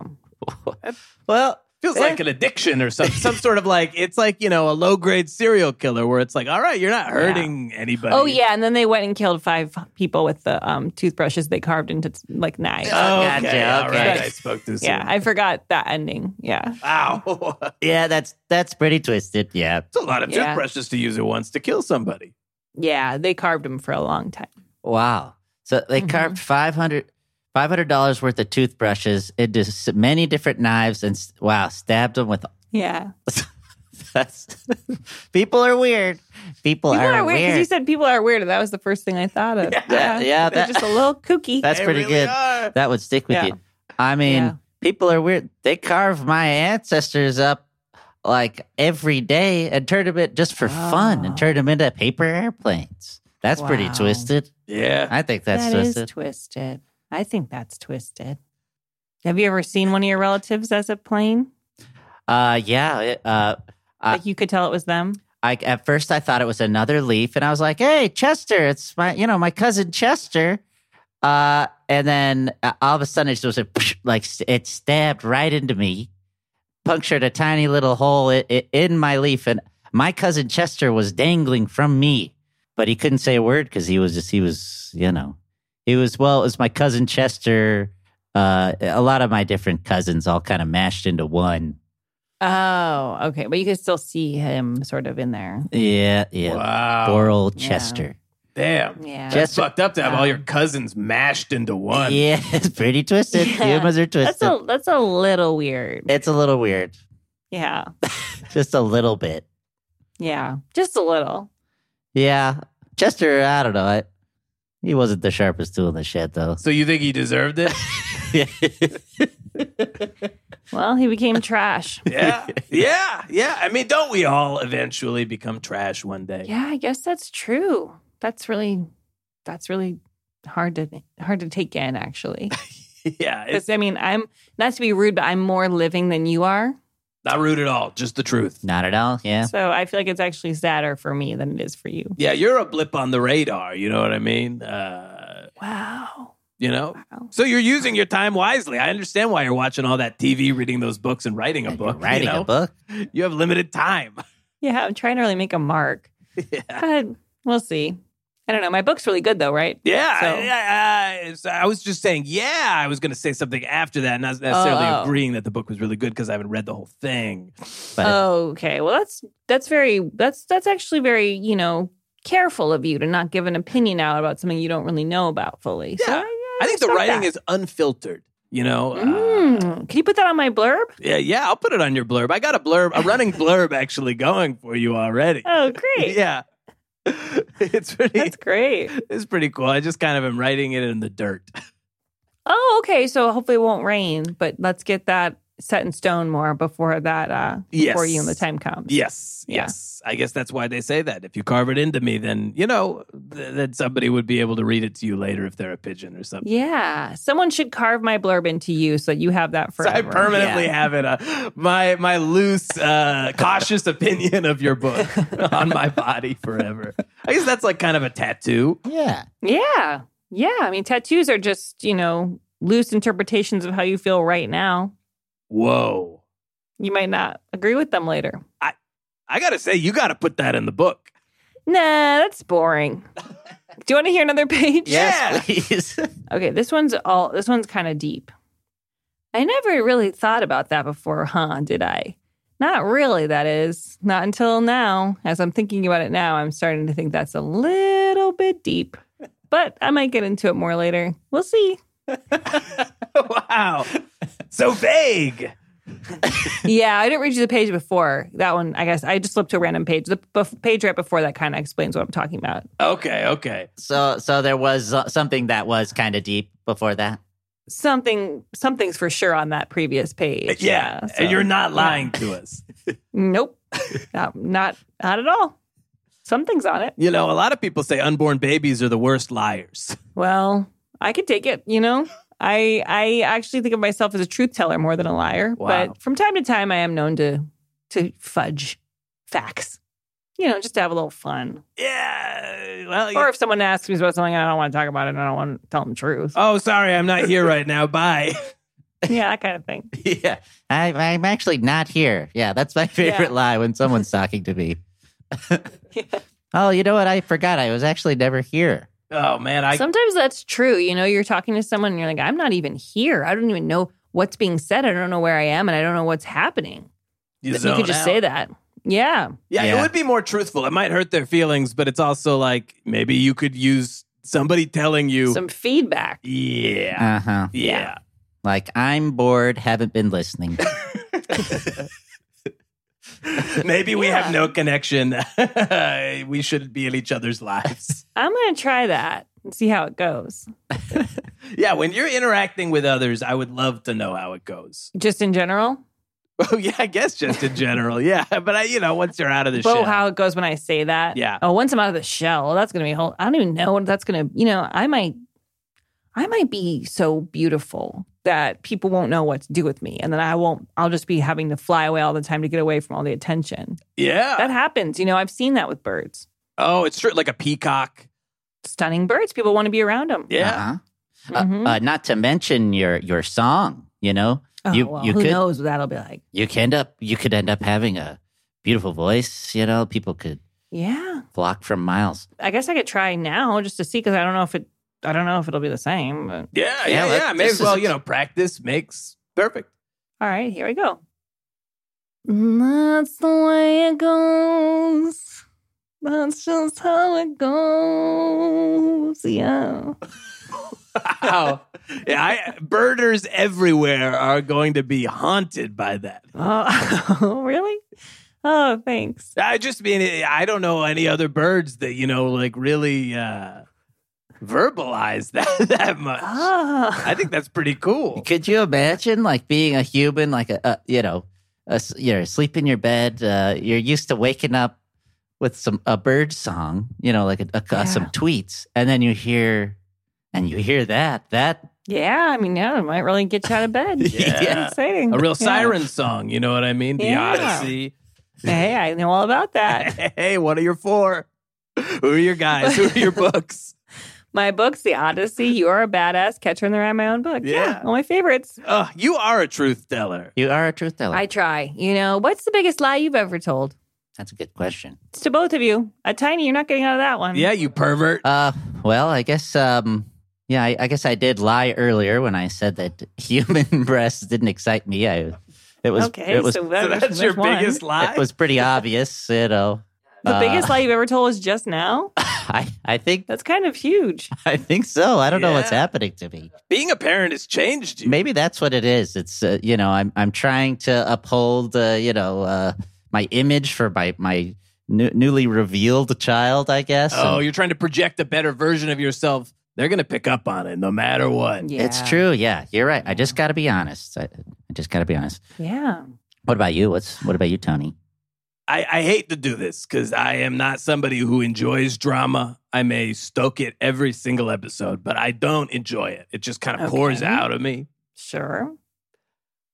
Speaker 1: Well,
Speaker 2: Feels like
Speaker 3: Eh.
Speaker 2: an addiction or some some sort of like it's like you know a low grade serial killer where it's like all right you're not hurting anybody.
Speaker 3: Oh yeah, and then they went and killed five people with the um, toothbrushes they carved into like knives.
Speaker 2: Oh, okay,
Speaker 1: Gotcha,
Speaker 2: all right.
Speaker 1: okay.
Speaker 2: I spoke too soon.
Speaker 3: yeah, I forgot that ending. Yeah,
Speaker 2: wow,
Speaker 1: Yeah, that's that's pretty twisted. Yeah.
Speaker 2: it's a lot of
Speaker 3: Yeah.
Speaker 2: toothbrushes to use at once to kill somebody.
Speaker 3: yeah, they carved him for a long time.
Speaker 1: Wow. So they
Speaker 3: Mhm.
Speaker 1: carved 500 dollars worth of toothbrushes into s- many different knives, and s- wow, stabbed them with.
Speaker 3: Yeah,
Speaker 1: That's people are weird. People,
Speaker 3: people
Speaker 1: are,
Speaker 3: are weird because
Speaker 1: weird.
Speaker 3: you said people are weird, and that was the first thing I thought of. Yeah,
Speaker 1: yeah,
Speaker 3: they're
Speaker 1: that-
Speaker 3: just a little kooky.
Speaker 1: That's
Speaker 2: They
Speaker 1: pretty
Speaker 2: really
Speaker 1: good.
Speaker 2: are.
Speaker 1: that would stick with
Speaker 3: Yeah.
Speaker 1: you. I mean,
Speaker 3: Yeah.
Speaker 1: people are weird. They carve my ancestors up like every day and turn them in just for fun
Speaker 3: Wow.
Speaker 1: and turn them into paper airplanes. That's pretty
Speaker 3: Oh. Wow.
Speaker 1: twisted.
Speaker 2: Yeah,
Speaker 1: I think that's
Speaker 3: That is
Speaker 1: twisted.
Speaker 3: twisted. I think that's twisted. Have you ever seen one of your relatives as a plane?
Speaker 1: uh, yeah. it- uh, I-
Speaker 3: like you could tell it was them.
Speaker 1: I at first I thought it was another leaf, and I was like, "Hey, Chester, it's my you know my cousin Chester." Uh, and then uh, all of a sudden it just was a, like it stabbed right into me, punctured a tiny little hole i i in my leaf, and my cousin Chester was dangling from me, but he couldn't say a word because he was just he was you know he was well it was my cousin Chester. Uh, a lot of my different cousins all kind of mashed into one.
Speaker 3: Oh, okay. But you could still see him sort of in there.
Speaker 1: Yeah, yeah.
Speaker 2: wow,
Speaker 1: Poor old
Speaker 3: Yeah.
Speaker 1: Chester.
Speaker 2: damn.
Speaker 3: Yeah.
Speaker 1: Just-
Speaker 2: That's fucked up to
Speaker 3: uh,
Speaker 2: have all your cousins mashed into one.
Speaker 1: Yeah, it's pretty twisted.
Speaker 3: Yeah.
Speaker 1: Humans are twisted.
Speaker 3: that's a that's a little weird.
Speaker 1: it's a little weird,
Speaker 3: yeah.
Speaker 1: just a little bit.
Speaker 3: Yeah. Just a little.
Speaker 1: Yeah, Chester. I don't know. I, he wasn't the sharpest tool in the shed, though.
Speaker 2: So you think he deserved it?
Speaker 3: Well, he became trash.
Speaker 2: yeah, yeah, yeah. I mean, don't we all eventually become trash one day?
Speaker 3: Yeah, I guess that's true. That's really that's really hard to hard to take in actually.
Speaker 2: yeah it's
Speaker 3: Cuz I mean, I'm not to be rude, but I'm more living than you are.
Speaker 2: not rude at all. Just the truth.
Speaker 1: Not at all. Yeah.
Speaker 3: So I feel like it's actually sadder for me than it is for you.
Speaker 2: Yeah, you're a blip on the radar. You know what I mean? Uh,
Speaker 3: Wow.
Speaker 2: you know?
Speaker 3: Wow.
Speaker 2: So you're using your time wisely. I understand why you're watching all that TV, reading those books, and writing a
Speaker 1: And
Speaker 2: book.
Speaker 1: writing
Speaker 2: you know?
Speaker 1: a book.
Speaker 2: You have limited time.
Speaker 3: Yeah, I'm trying to really make a mark. But we'll see. I don't know. My book's really good though, right?
Speaker 2: Yeah.
Speaker 3: So-
Speaker 2: I, I- I- so I was just saying, yeah, I was going to say something after that, not necessarily
Speaker 3: Oh, oh.
Speaker 2: agreeing that the book was really good because I haven't read the whole thing.
Speaker 1: But
Speaker 3: okay. Well, that's that's very that's that's actually very you know careful of you to not give an opinion out about something you don't really know about fully. So,
Speaker 2: Yeah. I think the
Speaker 3: respect
Speaker 2: writing
Speaker 3: that.
Speaker 2: is unfiltered. You know, Uh,
Speaker 3: Mm. Can you put that on my blurb?
Speaker 2: yeah, yeah. I'll put it on your blurb. I got a blurb, a running blurb actually going for you already.
Speaker 3: Oh, great.
Speaker 2: Yeah, it's pretty.
Speaker 3: That's great.
Speaker 2: It's pretty cool. I just kind of am writing it in the dirt.
Speaker 3: Oh, okay. So hopefully it won't rain, but let's get that set in stone more before that uh
Speaker 2: Yes.
Speaker 3: before you and the time comes.
Speaker 2: Yes,
Speaker 3: Yeah.
Speaker 2: yes. I guess that's why they say that. If you carve it into me, then you know th- that somebody would be able to read it to you later if they're a pigeon or something.
Speaker 3: Yeah. Someone should carve my blurb into you so that you have that
Speaker 2: So
Speaker 3: forever.
Speaker 2: I permanently
Speaker 3: Yeah.
Speaker 2: have it. Uh, my my loose, uh, cautious opinion of your book on my body forever. I guess that's like kind of a tattoo.
Speaker 1: yeah,
Speaker 3: Yeah. Yeah. I mean, tattoos are just, you know, loose interpretations of how you feel right now.
Speaker 2: Whoa!
Speaker 3: You might not agree with them later.
Speaker 2: I gotta say, you gotta put that in the book.
Speaker 3: Nah, that's boring. Do you want to hear another page?
Speaker 1: yes, please.
Speaker 3: Okay, this one's all this one's kind of deep. I never really thought about that before, huh, did I? Not really, that is. Not until now. As I'm thinking about it now, I'm starting to think that's a little bit deep. But I might get into it more later. We'll see.
Speaker 2: wow, so vague.
Speaker 3: yeah, I didn't read you the page before that one. I guess I just flipped to a random page. The bef- page right before that kind of explains what I'm talking about.
Speaker 2: Okay, okay.
Speaker 1: so, so there was uh, something that was kind of deep before that.
Speaker 3: Something, something's for sure on that previous page.
Speaker 2: Yeah,
Speaker 3: so-
Speaker 2: and you're not lying to us.
Speaker 3: Nope, not, not not at all. Something's on it.
Speaker 2: You know, a lot of people say unborn babies are the worst liars.
Speaker 3: Well, I could take it. You know, I I actually think of myself as a truth teller more than a liar.
Speaker 2: Wow.
Speaker 3: But from time to time, I am known to to fudge facts. You know, just to have a little fun.
Speaker 2: Yeah. Well,
Speaker 3: Or if someone asks me about something, I don't want to talk about it. and I don't want to tell them the truth.
Speaker 2: oh, sorry, I'm not here right now. Bye.
Speaker 3: Yeah, that kind of thing.
Speaker 1: yeah. I, I'm actually not here. Yeah, that's my favorite
Speaker 3: Yeah.
Speaker 1: lie when someone's talking to me. Oh, you know what? I forgot. I was actually never here.
Speaker 2: Oh man, I
Speaker 3: Sometimes that's true. You know, you're talking to someone and you're like, I'm not even here. I don't even know what's being said. I don't know where I am and I don't know what's happening.
Speaker 2: you,
Speaker 3: But
Speaker 2: zone
Speaker 3: could just
Speaker 2: out.
Speaker 3: say that. Yeah.
Speaker 2: Yeah, it
Speaker 1: Yeah.
Speaker 2: would be more truthful. It might hurt their feelings, but it's also like maybe you could use somebody telling you,
Speaker 3: Some feedback.
Speaker 2: yeah,
Speaker 1: Uh huh.
Speaker 2: yeah,
Speaker 1: Like, I'm bored, haven't been listening.
Speaker 2: maybe we have
Speaker 3: Yeah.
Speaker 2: no connection. we shouldn't be in each other's lives.
Speaker 3: I'm going to try that and see how it goes.
Speaker 2: yeah, when you're interacting with others, I would love to know how it goes.
Speaker 3: Just in general.
Speaker 2: Oh yeah, I guess just in general. Yeah, but I, you know, once you're out of the
Speaker 3: But
Speaker 2: shell,
Speaker 3: how it goes when I say that.
Speaker 2: Yeah.
Speaker 3: Oh, once I'm out of the shell, well, that's going to be a whole. I don't even know what that's going to, you know, I might, I might be so beautiful that people won't know what to do with me. And then I won't, I'll just be having to fly away all the time to get away from all the attention.
Speaker 1: Uh,
Speaker 2: yeah.
Speaker 3: That happens. You know, I've seen that with birds.
Speaker 2: oh, it's true, like a peacock.
Speaker 3: Stunning birds. People want to be around them.
Speaker 2: Yeah,
Speaker 1: Uh-huh.
Speaker 3: Mhm.
Speaker 1: Uh, uh, not to mention your your song. You know,
Speaker 3: oh,
Speaker 1: you-
Speaker 3: well,
Speaker 1: you
Speaker 3: who
Speaker 1: could-
Speaker 3: knows what that'll be like?
Speaker 1: you can end up you could end up having a beautiful voice. You know, people could
Speaker 3: Yeah.
Speaker 1: flock from miles.
Speaker 3: I guess I could try now just to see because I don't know if it, I don't know if it'll be the same. But
Speaker 2: yeah,
Speaker 1: Yeah,
Speaker 2: yeah, yeah.
Speaker 1: that-
Speaker 2: May
Speaker 1: this
Speaker 2: as well,
Speaker 1: is-
Speaker 2: you know, practice makes perfect.
Speaker 3: All right, here we go. Mm, That's the way it goes. That's just how it goes. Yeah.
Speaker 2: Wow. yeah, I, birders everywhere are going to be haunted by that.
Speaker 3: Oh, really? Oh, thanks.
Speaker 2: I just mean, I don't know any other birds that, you know, like really uh, verbalize that, that much.
Speaker 3: Ah.
Speaker 2: I think that's pretty cool.
Speaker 1: Could you imagine like being a human, like a, a you know, a s you know, sleep in your bed. Uh, you're used to waking up with some a bird song, you know, like a, a-
Speaker 3: Yeah.
Speaker 1: some tweets, and then you hear and you hear that that
Speaker 3: yeah, I mean, yeah, it might really get you out of bed.
Speaker 1: Yeah.
Speaker 3: It's exciting.
Speaker 2: A real
Speaker 3: Yeah.
Speaker 2: siren song, you know what I mean? The
Speaker 3: Yeah.
Speaker 2: Odyssey.
Speaker 3: Hey, I know all about that.
Speaker 2: Hey, what are your four? Who are your guys? Who are your books?
Speaker 3: My books, The Odyssey, You're a Badass, Catcher in the Rye, my own book.
Speaker 2: Yeah.
Speaker 3: all my favorites.
Speaker 2: Uh, you are a truth teller.
Speaker 1: you are a truth teller.
Speaker 3: I try. You know, what's the biggest lie you've ever told?
Speaker 1: That's a good question.
Speaker 3: It's to both of you. A tiny, you're not getting out of that one.
Speaker 2: Yeah, you pervert.
Speaker 1: Uh, well, I guess um, yeah, I, I guess I did lie earlier when I said that human breasts didn't excite me. I it was
Speaker 3: okay.
Speaker 1: it was
Speaker 3: so, that-
Speaker 2: so that's your
Speaker 3: one.
Speaker 2: biggest lie?
Speaker 1: it was pretty obvious, you know.
Speaker 3: The
Speaker 1: Uh,
Speaker 3: biggest lie you've ever told was just now.
Speaker 1: I I think
Speaker 3: That's kind of huge.
Speaker 1: I think so. I don't know what's
Speaker 2: Yeah.
Speaker 1: happening to me.
Speaker 2: Being a parent has changed you.
Speaker 1: Maybe that's what it is. It's uh, you know I'm I'm trying to uphold uh, you know uh, my image for my my new, newly revealed child. I guess.
Speaker 2: Oh,
Speaker 1: And
Speaker 2: you're trying to project a better version of yourself. They're going to pick up on it no matter what.
Speaker 3: Yeah.
Speaker 1: it's true. Yeah, you're right. I just got to be honest. I, I just got to be honest.
Speaker 3: Yeah.
Speaker 1: What about you? What's what about you, Tony?
Speaker 2: I, I hate to do this because I am not somebody who enjoys drama. I may stoke it every single episode, but I don't enjoy it. It just kind of pours
Speaker 3: Okay.
Speaker 2: out of me.
Speaker 3: Sure.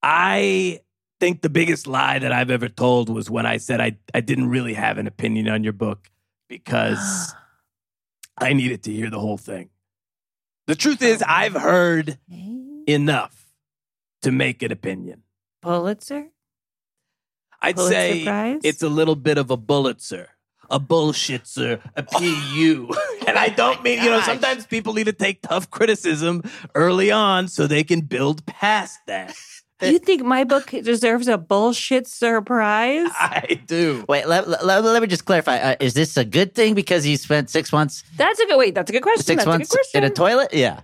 Speaker 2: I think the biggest lie that I've ever told was when I said I, I didn't really have an opinion on your book because I needed to hear the whole thing. The truth is, I've heard enough to make an opinion.
Speaker 3: Pulitzer.
Speaker 2: I'd
Speaker 3: Pulitzer
Speaker 2: say
Speaker 3: Prize.
Speaker 2: it's a little bit of a bullitzer, a bullshitzer, a
Speaker 3: Oh
Speaker 2: PU. and I don't mean, you know,
Speaker 1: gosh.
Speaker 2: sometimes people need to take tough criticism early on so they can build past that.
Speaker 3: you think my book deserves a bullshit surprise?
Speaker 2: I do.
Speaker 1: Wait, let, let, let- let me just clarify. Uh, is this a good thing because you spent six months
Speaker 3: That's a good wait. That's a good question.
Speaker 1: six
Speaker 3: that's
Speaker 1: months
Speaker 3: a good
Speaker 1: in
Speaker 3: question.
Speaker 1: a toilet? Yeah.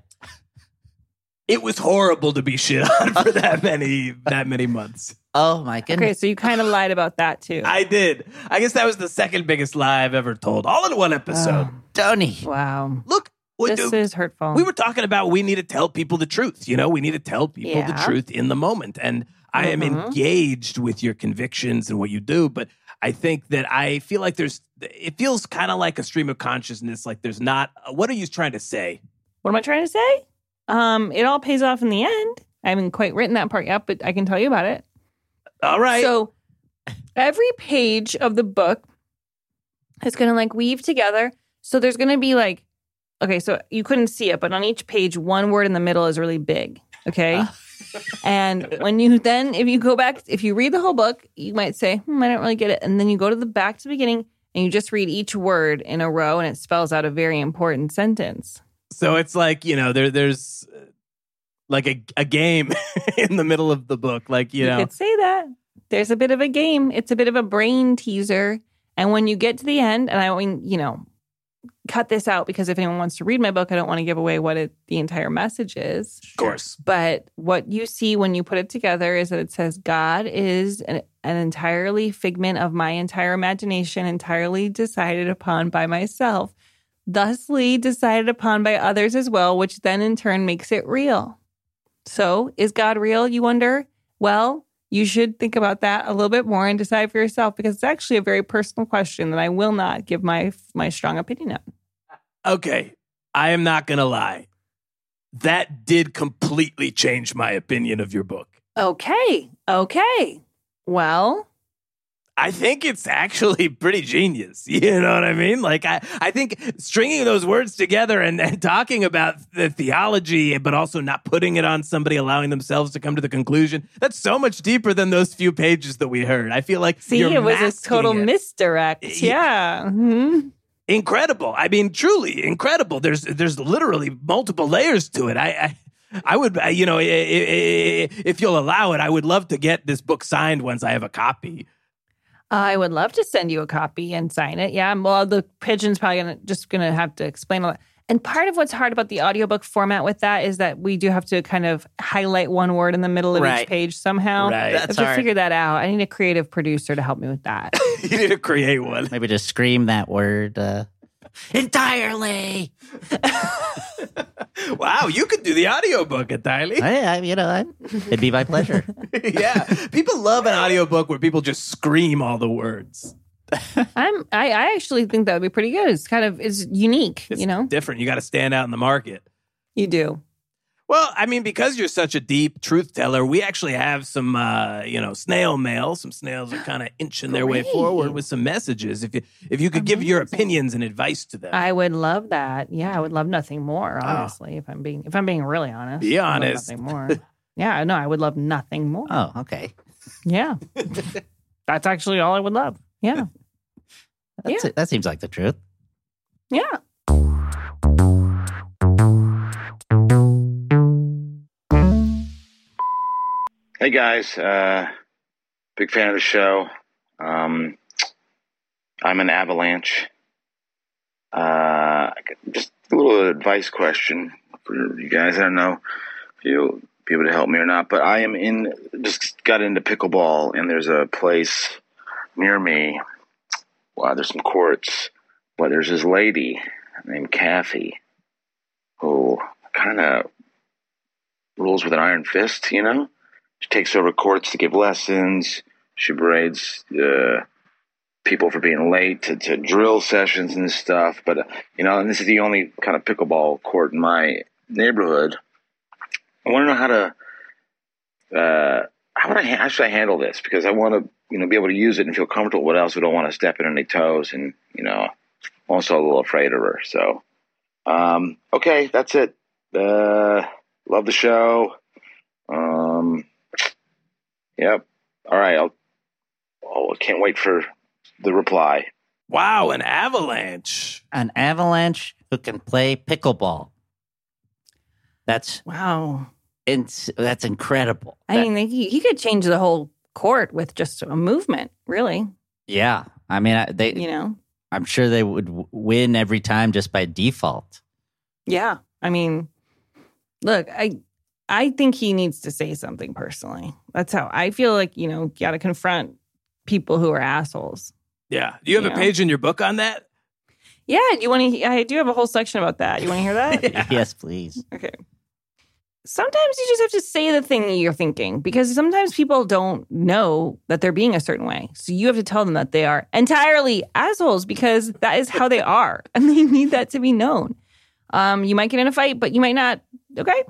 Speaker 2: It was horrible to be shit on for that many that many months.
Speaker 1: Oh my
Speaker 3: okay,
Speaker 1: goodness.
Speaker 3: so you kind of lied about that too.
Speaker 2: I did. I guess that was the second biggest lie I've ever told, all in one episode.
Speaker 1: Tony.
Speaker 3: Wow.
Speaker 2: Look, what
Speaker 3: Ah. this
Speaker 2: do-
Speaker 3: is hurtful.
Speaker 2: we were talking about we need to tell people the truth you know we need to tell people the
Speaker 3: Yeah.
Speaker 2: truth in the moment and i am
Speaker 3: Mhm.
Speaker 2: engaged with your convictions and what you do but i think that i feel like there's it feels kind of like a stream of consciousness like there's not what are you trying to say
Speaker 3: What am I trying to say? Um, it all pays off in the end. I haven't quite written that part yet, but I can tell you about it.
Speaker 2: all right
Speaker 3: So every page of the book is going to like weave together. So there's going to be like, okay, so you couldn't see it, but on each page, one word in the middle is really big. Okay. and when you then, if you go back, if you read the whole book, you might say, hmm, I don't really get it. And then you go to the back to the beginning and you just read each word in a row and it spells out a very important sentence.
Speaker 2: So it's like you know there there's uh, like a a game in the middle of the book, like you know.
Speaker 3: could say that. There's a bit of a game. It's a bit of a brain teaser. And when you get to the end, and I mean, you know, cut this out because if anyone wants to read my book, I don't want to give away what it, the entire message is.
Speaker 2: Of course.
Speaker 3: But what you see when you put it together is that it says God is an, an entirely figment of my entire imagination, entirely decided upon by myself, thusly decided upon by others as well, which then in turn makes it real. So, is God real, you wonder? Well, you should think about that a little bit more and decide for yourself because it's actually a very personal question that I will not give my my strong opinion on.
Speaker 2: Okay, I am not gonna lie. That did completely change my opinion of your book.
Speaker 3: Okay. Okay. Well,
Speaker 2: I think it's actually pretty genius. You know what I mean? Like I, I think stringing those words together and, and talking about the theology, but also not putting it on somebody, allowing themselves to come to the conclusion. That's so much deeper than those few pages that we heard. I feel like
Speaker 3: see,
Speaker 2: you're
Speaker 3: it was a
Speaker 2: masking
Speaker 3: total
Speaker 2: it.
Speaker 3: misdirect.
Speaker 2: Y-
Speaker 3: Yeah. Mhm.
Speaker 2: incredible. I mean, truly incredible. There's there's literally multiple layers to it. I. I I would, I- you know, i- i- i- if you'll allow it, I would love to get this book signed once I have a copy.
Speaker 3: I would love to send you a copy and sign it. Yeah. Well, the pigeon's probably gonna, just going to have to explain a lot. And part of what's hard about the audiobook format with that is that we do have to kind of highlight one word in the middle of
Speaker 1: Right.
Speaker 3: each page somehow.
Speaker 2: Right.
Speaker 3: I have
Speaker 1: That's
Speaker 3: to
Speaker 1: hard.
Speaker 3: figure that out. I need a creative producer to help me with that.
Speaker 2: you need to create one.
Speaker 1: Maybe just scream that word uh, entirely.
Speaker 2: Wow, you could do the audiobook entirely.
Speaker 1: I, I, you know, I, it'd be my pleasure.
Speaker 2: yeah. People love an audiobook where people just scream all the words.
Speaker 3: I'm I, I actually think that would be pretty good. It's kind of it's unique,
Speaker 2: It's
Speaker 3: you know.
Speaker 2: different. You got to stand out in the market.
Speaker 3: You do.
Speaker 2: Well, I mean, because you're such a deep truth teller, we actually have some, uh, you know, snail mail. Some snails are kind of inching their way
Speaker 3: Great.
Speaker 2: forward with some messages. If you if you could give your opinions and advice to them,
Speaker 3: I would love that. Yeah, I would love nothing more, honestly, if I'm being if I'm being really honest.
Speaker 2: Ah. Be
Speaker 3: I would love
Speaker 2: honest. Ah.
Speaker 3: Nothing more. yeah, no, I would love nothing more.
Speaker 1: Oh, okay.
Speaker 3: Yeah. That's actually all I would love. Yeah.
Speaker 1: That's
Speaker 3: Yeah.
Speaker 1: it. That seems like the truth.
Speaker 3: Yeah.
Speaker 4: Hey guys, uh, big fan of the show. Um, I'm an avalanche. Uh, just a little advice question for you guys. I don't know if you'll be able to help me or not, but I am in. Just got into pickleball, and there's a place near me. Wow, there's some courts, but there's this lady named Kathy who kind of rules with an iron fist, you know. She takes over courts to give lessons. She berates uh, people for being late to, to drill sessions and stuff. But, uh, you know, and this is the only kind of pickleball court in my neighborhood. I want to know how to, uh, how, would I, ha- how should I handle this? Because I want to, you know, be able to use it and feel comfortable with else. We don't want to step in on any toes. And, you know, I'm also a little afraid of her. So, um, okay, that's it. Uh, love the show. Um, Yep. All right. I'll, oh, I can't wait for the reply.
Speaker 2: wow, an avalanche.
Speaker 1: An avalanche who can play pickleball. That's
Speaker 3: Wow.
Speaker 1: ins- that's incredible.
Speaker 3: I
Speaker 1: That-
Speaker 3: mean, like, he, he could change the whole court with just a movement, really.
Speaker 1: yeah. I mean, I, they.
Speaker 3: You know?
Speaker 1: I'm sure they would w- win every time just by default.
Speaker 3: Yeah. I mean, look, I I think he needs to say something personally. That's how I feel like, you know, you gotta confront people who are assholes.
Speaker 2: Yeah, you have
Speaker 3: Yeah.
Speaker 2: a page in your book on that.
Speaker 3: Yeah, do you want to? I do have a whole section about that. You want to hear that?
Speaker 1: Yes, please.
Speaker 3: okay. Sometimes you just have to say the thing you're thinking because sometimes people don't know that they're being a certain way. So you have to tell them that they are entirely assholes because that is how they are, and they need that to be known. Um, you might get in a fight, but you might not. Okay,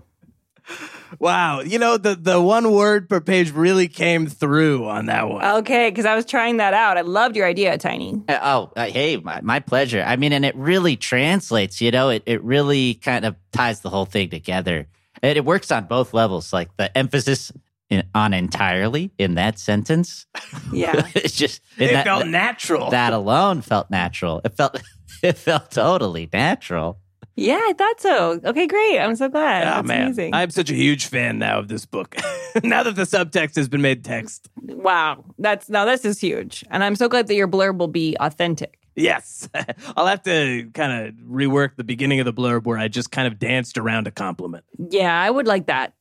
Speaker 2: Wow, you know the the one word per page really came through on that one.
Speaker 3: okay, because I was trying that out. I loved your idea, Tiny.
Speaker 1: Uh, Oh, uh, hey, my, my pleasure. I mean, and it really translates, you know, it, it really kind of ties the whole thing together. And it works on both levels. Like the emphasis in, on entirely in that sentence.
Speaker 3: Yeah.
Speaker 1: it's just in
Speaker 2: It
Speaker 1: that,
Speaker 2: felt natural.
Speaker 1: that alone felt natural. It felt it felt totally natural.
Speaker 3: Yeah, I thought so. Okay, great. I'm so glad.
Speaker 2: Oh,
Speaker 3: That's
Speaker 2: man.
Speaker 3: amazing.
Speaker 2: I'm such a huge fan now of this book. now that the subtext has been made text.
Speaker 3: wow. That's now this is huge. And I'm so glad that your blurb will be authentic.
Speaker 2: Yes. I'll have to kind of rework the beginning of the blurb where I just kind of danced around a compliment.
Speaker 3: Yeah, I would like that.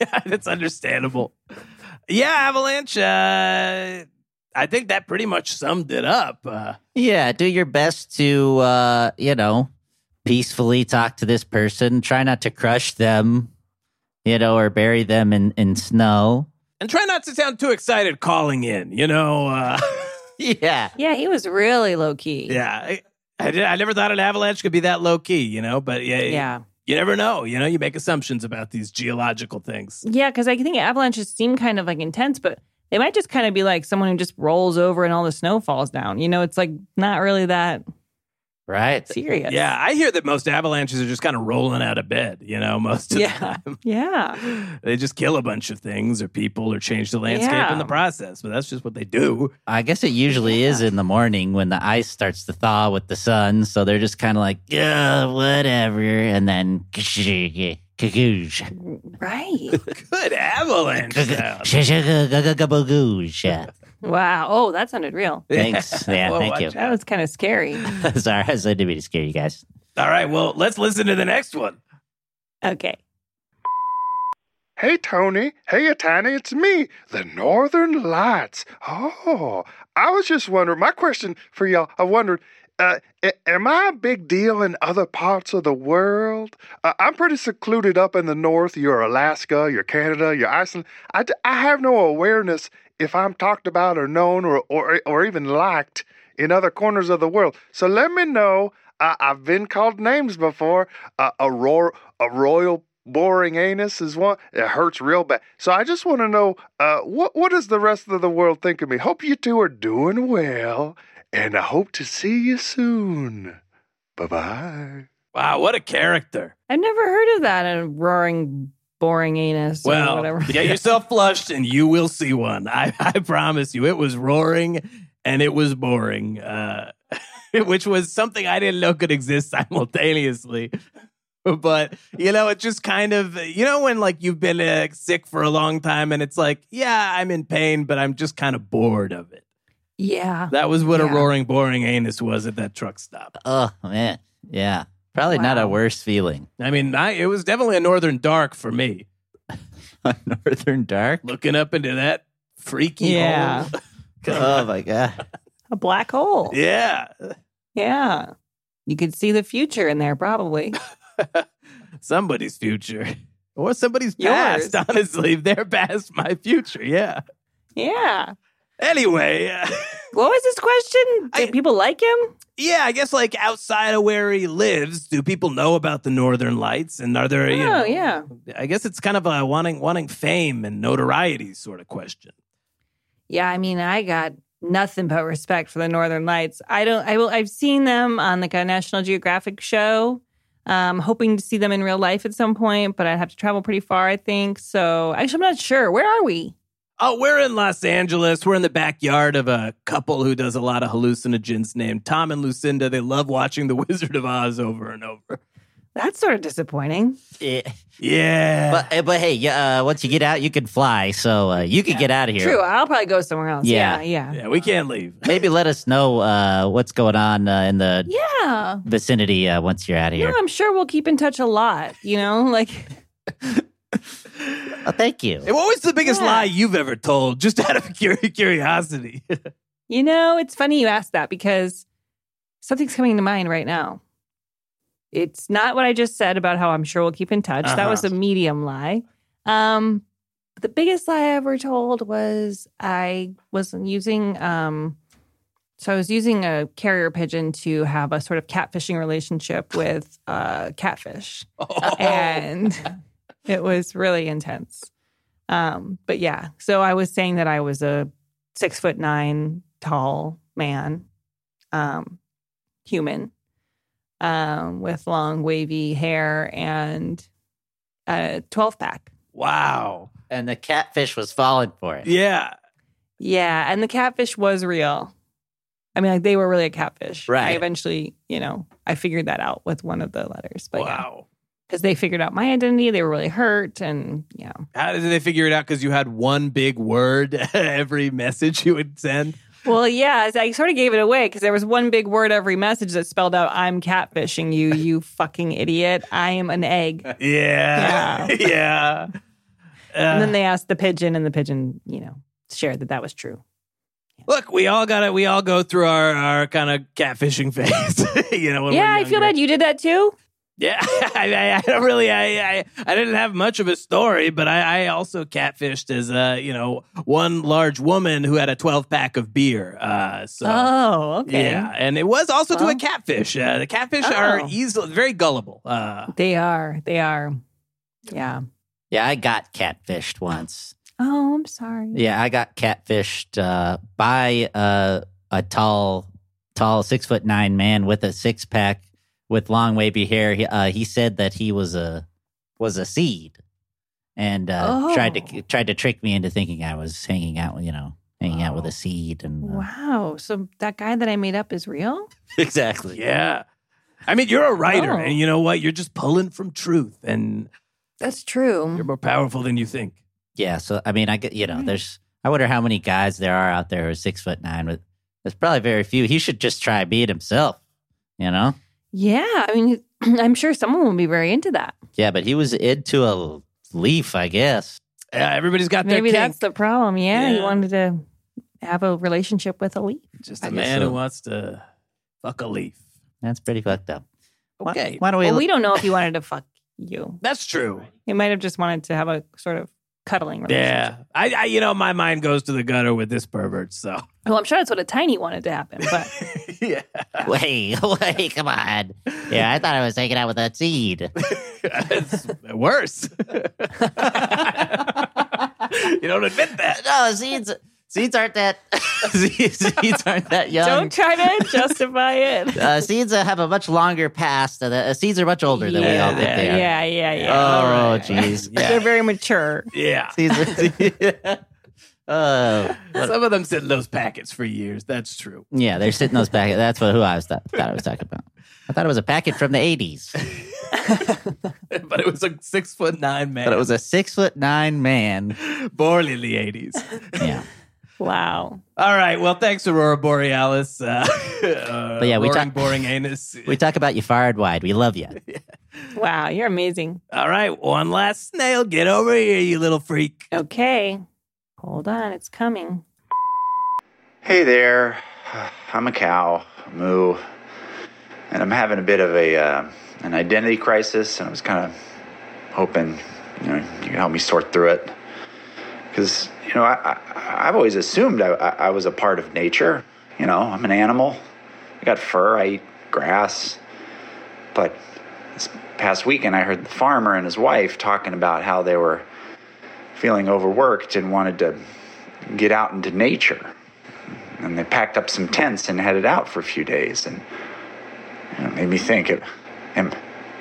Speaker 2: Yeah, that's understandable. Yeah, Avalanche. Uh, I think that pretty much summed it up. Uh,
Speaker 1: Yeah, do your best to uh, you know, peacefully talk to this person. Try not to crush them, you know, or bury them in, in snow.
Speaker 2: and try not to sound too excited calling in, you know? Uh,
Speaker 1: Yeah.
Speaker 3: Yeah, he was really low key.
Speaker 2: yeah. I, I, did- I never thought an avalanche could be that low key, you know? But yeah,
Speaker 3: Yeah.
Speaker 2: you never know. You know, you make assumptions about these geological things.
Speaker 3: Yeah, because I think avalanches seem kind of like intense, but they might just kind of be like someone who just rolls over and all the snow falls down. You know, it's like not really that
Speaker 1: Right.
Speaker 3: serious.
Speaker 2: Yeah, I hear that most avalanches are just kind of rolling out of bed, you know, most of
Speaker 3: Yeah.
Speaker 2: the time.
Speaker 3: Yeah.
Speaker 2: They just kill a bunch of things or people or change the landscape
Speaker 3: Yeah.
Speaker 2: in the process, but that's just what they do.
Speaker 1: I guess it usually is in the morning when the ice starts to thaw with the sun. So they're just kind of like, yeah, whatever. And then, yeah,
Speaker 3: Right.
Speaker 2: Good avalanche. sound.
Speaker 3: wow. Oh, that sounded real.
Speaker 1: Thanks. Yeah,
Speaker 2: Well,
Speaker 1: thank
Speaker 2: watch
Speaker 1: you.
Speaker 2: out.
Speaker 3: That was kind of scary.
Speaker 1: Sorry, I said to be to scare you guys.
Speaker 2: All right, well, let's listen to the next one.
Speaker 3: Okay.
Speaker 5: Hey, Tony. Hey, Atani. It's me, the Northern Lights. Oh, I was just wondering. My question for y'all I wondered, uh, a- am I a big deal in other parts of the world? Uh, I'm pretty secluded up in the North. You're Alaska, you're Canada, you're Iceland. I, d- I have no awareness if I'm talked about or known or, or, or even liked in other corners of the world. So let me know. I I've been called names before. Uh, a, roar, a royal boring anus is one. It hurts real bad. So I just want to know uh, what what does the rest of the world think of me? Hope you two are doing well, and I hope to see you soon. Bye bye.
Speaker 2: Wow, what a character.
Speaker 3: I've never heard of that in roaring, boring anus or
Speaker 2: Well,
Speaker 3: whatever.
Speaker 2: get yourself flushed and you will see one. I, I promise you. It was roaring and it was boring, uh, which was something I didn't know could exist simultaneously. But, you know, it just kind of, you know, when like you've been uh, sick for a long time and it's like, yeah, I'm in pain, but I'm just kind of bored of it.
Speaker 3: Yeah.
Speaker 2: That was what a
Speaker 3: Yeah.
Speaker 2: roaring, boring anus was at that truck stop.
Speaker 1: Oh, man. Yeah. Probably not a
Speaker 3: Wow.
Speaker 1: worse feeling.
Speaker 2: I mean, I, it was definitely a northern dark for me.
Speaker 1: Northern Dark.
Speaker 2: looking up into that freaky
Speaker 3: Yeah.
Speaker 2: hole.
Speaker 1: Oh, my God.
Speaker 3: A black hole.
Speaker 2: yeah.
Speaker 3: Yeah. You could see the future in there, probably.
Speaker 2: Somebody's future. Or somebody's
Speaker 3: Yours.
Speaker 2: past, honestly. Their past, my future. Yeah.
Speaker 3: Yeah.
Speaker 2: Anyway, uh,
Speaker 3: What was this question? Do
Speaker 2: I-
Speaker 3: people like him?
Speaker 2: yeah, I guess like outside of where he lives, do people know about the Northern Lights? And are there, you know,
Speaker 3: Oh, yeah.
Speaker 2: I guess it's kind of a wanting wanting fame and notoriety sort of question.
Speaker 3: Yeah, I mean, I got nothing but respect for the Northern Lights. I don't. I will. I've seen them on like a National Geographic show. Um, hoping to see them in real life at some point, but I'd have to travel pretty far, I think. So actually, I'm not sure. Where are we?
Speaker 2: Oh, we're in Los Angeles. We're in the backyard of a couple who does a lot of hallucinogens named Tom and Lucinda. They love watching The Wizard of Oz over and over.
Speaker 3: That's sort of disappointing.
Speaker 1: Yeah.
Speaker 2: Yeah.
Speaker 1: But, eh, but hey, yeah, uh, once you get out, you can fly. So uh, you could get out of here.
Speaker 3: True. I'll probably go somewhere else.
Speaker 1: Yeah.
Speaker 3: Yeah. Yeah.
Speaker 2: yeah, we can't leave.
Speaker 1: Maybe let us know uh, what's going on uh, in the
Speaker 3: Yeah.
Speaker 1: vicinity uh, once you're out of
Speaker 3: No,
Speaker 1: here.
Speaker 3: I'm sure we'll keep in touch a lot. You know, like
Speaker 1: Well, Oh, thank you.
Speaker 2: Hey, What was the biggest
Speaker 3: Yeah.
Speaker 2: lie you've ever told, just out of cur- curiosity?
Speaker 3: you know, it's funny you asked that because something's coming to mind right now. It's not what I just said about how I'm sure we'll keep in touch. That
Speaker 2: Uh-huh.
Speaker 3: was a medium lie. Um, the biggest lie I ever told was I was using, um, so I was using a carrier pigeon to have a sort of catfishing relationship with uh, catfish, and it was really intense. Um, but yeah, so I was saying that I was a six foot nine tall man, um, human, um, with long wavy hair and a 12 pack.
Speaker 2: Wow.
Speaker 1: and the catfish was falling for it.
Speaker 2: Yeah.
Speaker 3: Yeah, and the catfish was real. I mean, like they were really a catfish. I
Speaker 1: Right.
Speaker 3: eventually, you know, I figured that out with one of the letters. But yeah,
Speaker 2: wow.
Speaker 3: because they figured out my identity, they were really hurt, and yeah.
Speaker 2: How did they figure it out? Because you had one big word every message you would send.
Speaker 3: Well, yeah, I sort of gave it away because there was one big word every message that spelled out, "I'm catfishing you, you fucking idiot. I am an egg."
Speaker 2: Yeah. Yeah.
Speaker 3: And
Speaker 2: Uh,
Speaker 3: then they asked the pigeon, and the pigeon, you know, shared that that was true.
Speaker 2: look, we all got to We all go through our, our kind of catfishing phase. you know. When
Speaker 3: yeah,
Speaker 2: we're
Speaker 3: I feel
Speaker 2: younger.
Speaker 3: bad. You did that too.
Speaker 2: Yeah, I, I, I don't really, I, I, I didn't have much of a story, but I, I also catfished as a, you know, one large woman who had a 12 pack of beer. Uh, so.
Speaker 3: oh, okay.
Speaker 2: Yeah, and it was also to a
Speaker 3: Well.
Speaker 2: catfish. Uh, the catfish are
Speaker 3: Oh.
Speaker 2: easily very gullible. Uh,
Speaker 3: They are. They are. Yeah.
Speaker 1: Yeah, I got catfished once.
Speaker 3: Oh, I'm sorry.
Speaker 1: Yeah, I got catfished uh, by uh, a tall, tall six foot nine man with a six pack with long wavy hair. He, uh, he said that he was a was a seed, and uh,
Speaker 3: Oh.
Speaker 1: tried to tried to trick me into thinking I was hanging out, you know, hanging out with a seed. And uh,
Speaker 3: Wow. So that guy that I made up is real?
Speaker 1: exactly,
Speaker 2: yeah, I mean, you're a writer,
Speaker 3: Oh.
Speaker 2: and you know what? You're just pulling from truth, and
Speaker 3: That's true.
Speaker 2: you're more powerful than you think.
Speaker 1: yeah. So I mean, I get you know,
Speaker 3: Right.
Speaker 1: there's. I wonder how many guys there are out there who are six foot nine. With there's probably very few. He should just try being himself, you know.
Speaker 3: yeah. I mean, I'm sure someone will be very into that.
Speaker 1: Yeah, but he was into a leaf, I guess.
Speaker 2: Uh, everybody's got their
Speaker 3: Maybe
Speaker 2: kink.
Speaker 3: that's the problem. Yeah,
Speaker 2: Yeah.
Speaker 3: He wanted to have a relationship with a leaf.
Speaker 2: just
Speaker 1: I
Speaker 2: a
Speaker 1: guess
Speaker 2: man
Speaker 1: so.
Speaker 2: who wants to fuck a leaf.
Speaker 1: That's pretty fucked up. Why-
Speaker 2: Okay,
Speaker 1: Why, don't we?
Speaker 3: Well, we don't know if he wanted to fuck you.
Speaker 2: that's true.
Speaker 3: He might have just wanted to have a sort of cuddling relationship.
Speaker 2: Yeah, I, I, you know, my mind goes to the gutter with this pervert. So
Speaker 3: Well, I'm sure that's what a tiny wanted to happen, but
Speaker 2: yeah,
Speaker 1: Wait, wait, come on. Yeah, I thought I was hanging out with that seed.
Speaker 2: it's worse. you don't admit that.
Speaker 1: no, seeds, seeds aren't that. seeds, seeds aren't that young.
Speaker 3: don't try to justify it.
Speaker 1: Uh, seeds uh, have a much longer past. and, Uh, seeds are much older than we all think they are.
Speaker 3: yeah, yeah, yeah.
Speaker 1: Oh, jeez.
Speaker 2: Yeah.
Speaker 3: They're very mature.
Speaker 2: Yeah.
Speaker 1: Seeds. Are, oh,
Speaker 2: Some of them sit in those packets for years. That's true.
Speaker 1: yeah, they're sitting those packets. That's what who I was thought, thought I was talking about. I thought it was a packet from the eighties.
Speaker 2: but it was a six foot nine man.
Speaker 1: But it was a six foot nine man.
Speaker 2: born in the eighties.
Speaker 1: Yeah.
Speaker 3: Wow.
Speaker 2: All right. Well, thanks, Aurora Borealis. Uh, but
Speaker 1: yeah, we
Speaker 2: roaring,
Speaker 1: talk-
Speaker 2: boring anus.
Speaker 1: We talk about you far and wide. We love you.
Speaker 3: Wow, you're amazing.
Speaker 2: All right, one last snail. Get over here, you little freak.
Speaker 3: Okay. Hold on, it's coming.
Speaker 6: Hey there, I'm a cow, moo, and I'm having a bit of a uh, an identity crisis, and I was kind of hoping you know you could help me sort through it, because you know I, I I've always assumed I, I I was a part of nature. You know, I'm an animal. I got fur. I eat grass. But this past weekend, I heard the farmer and his wife talking about how they were feeling overworked and wanted to get out into nature and they packed up some tents and headed out for a few days and you know, it made me think am,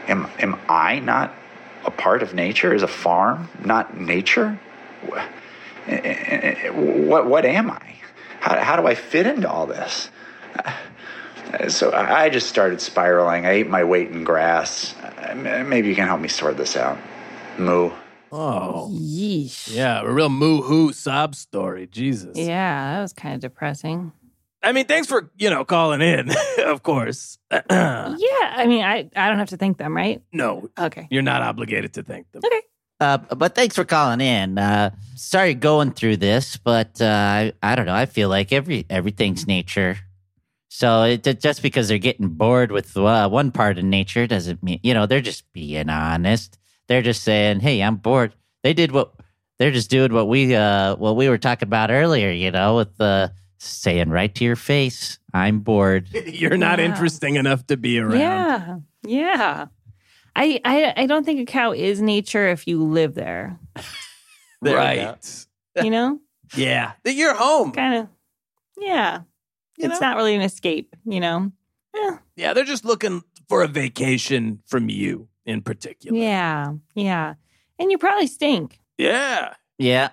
Speaker 6: am, am i not a part of nature is a farm not nature Wh- eh, eh, eh, what, what am i how, how do i fit into all this Uh, so i I just started spiraling i ate my weight in grass Uh, m- maybe you can help me sort this out moo
Speaker 2: Oh,
Speaker 3: Yeesh.
Speaker 2: yeah, a real moo hoo sob story. Jesus.
Speaker 3: Yeah, that was kind of depressing.
Speaker 2: I mean, thanks for you know calling in. of course. no,
Speaker 3: yeah, I mean, I, I don't have to thank them, right? Okay.
Speaker 2: you're not obligated to thank them.
Speaker 1: Uh, but thanks for calling in. Uh, sorry going through this, but uh, I, I don't know. I feel like every everything's nature. So it, ju- just because they're getting bored with uh, one part of nature doesn't mean you know they're just being honest. They're just saying, "Hey, I'm bored." They did what they're just doing what we uh, what we were talking about earlier. You know, with uh, saying right to your face, "I'm bored."
Speaker 2: You're not
Speaker 3: Wow.
Speaker 2: interesting enough to be around.
Speaker 3: Yeah. Yeah. I, I I don't think a cow is nature if you live there.
Speaker 1: There we
Speaker 2: right.
Speaker 3: You know?
Speaker 2: Yeah. You're home.
Speaker 3: kind of yeah.
Speaker 2: You
Speaker 3: it's
Speaker 2: know?
Speaker 3: not really an escape, you know. Eh,
Speaker 2: Yeah, they're just looking for a vacation from you in particular.
Speaker 3: yeah. Yeah. And you probably stink.
Speaker 2: Yeah.
Speaker 1: Yeah.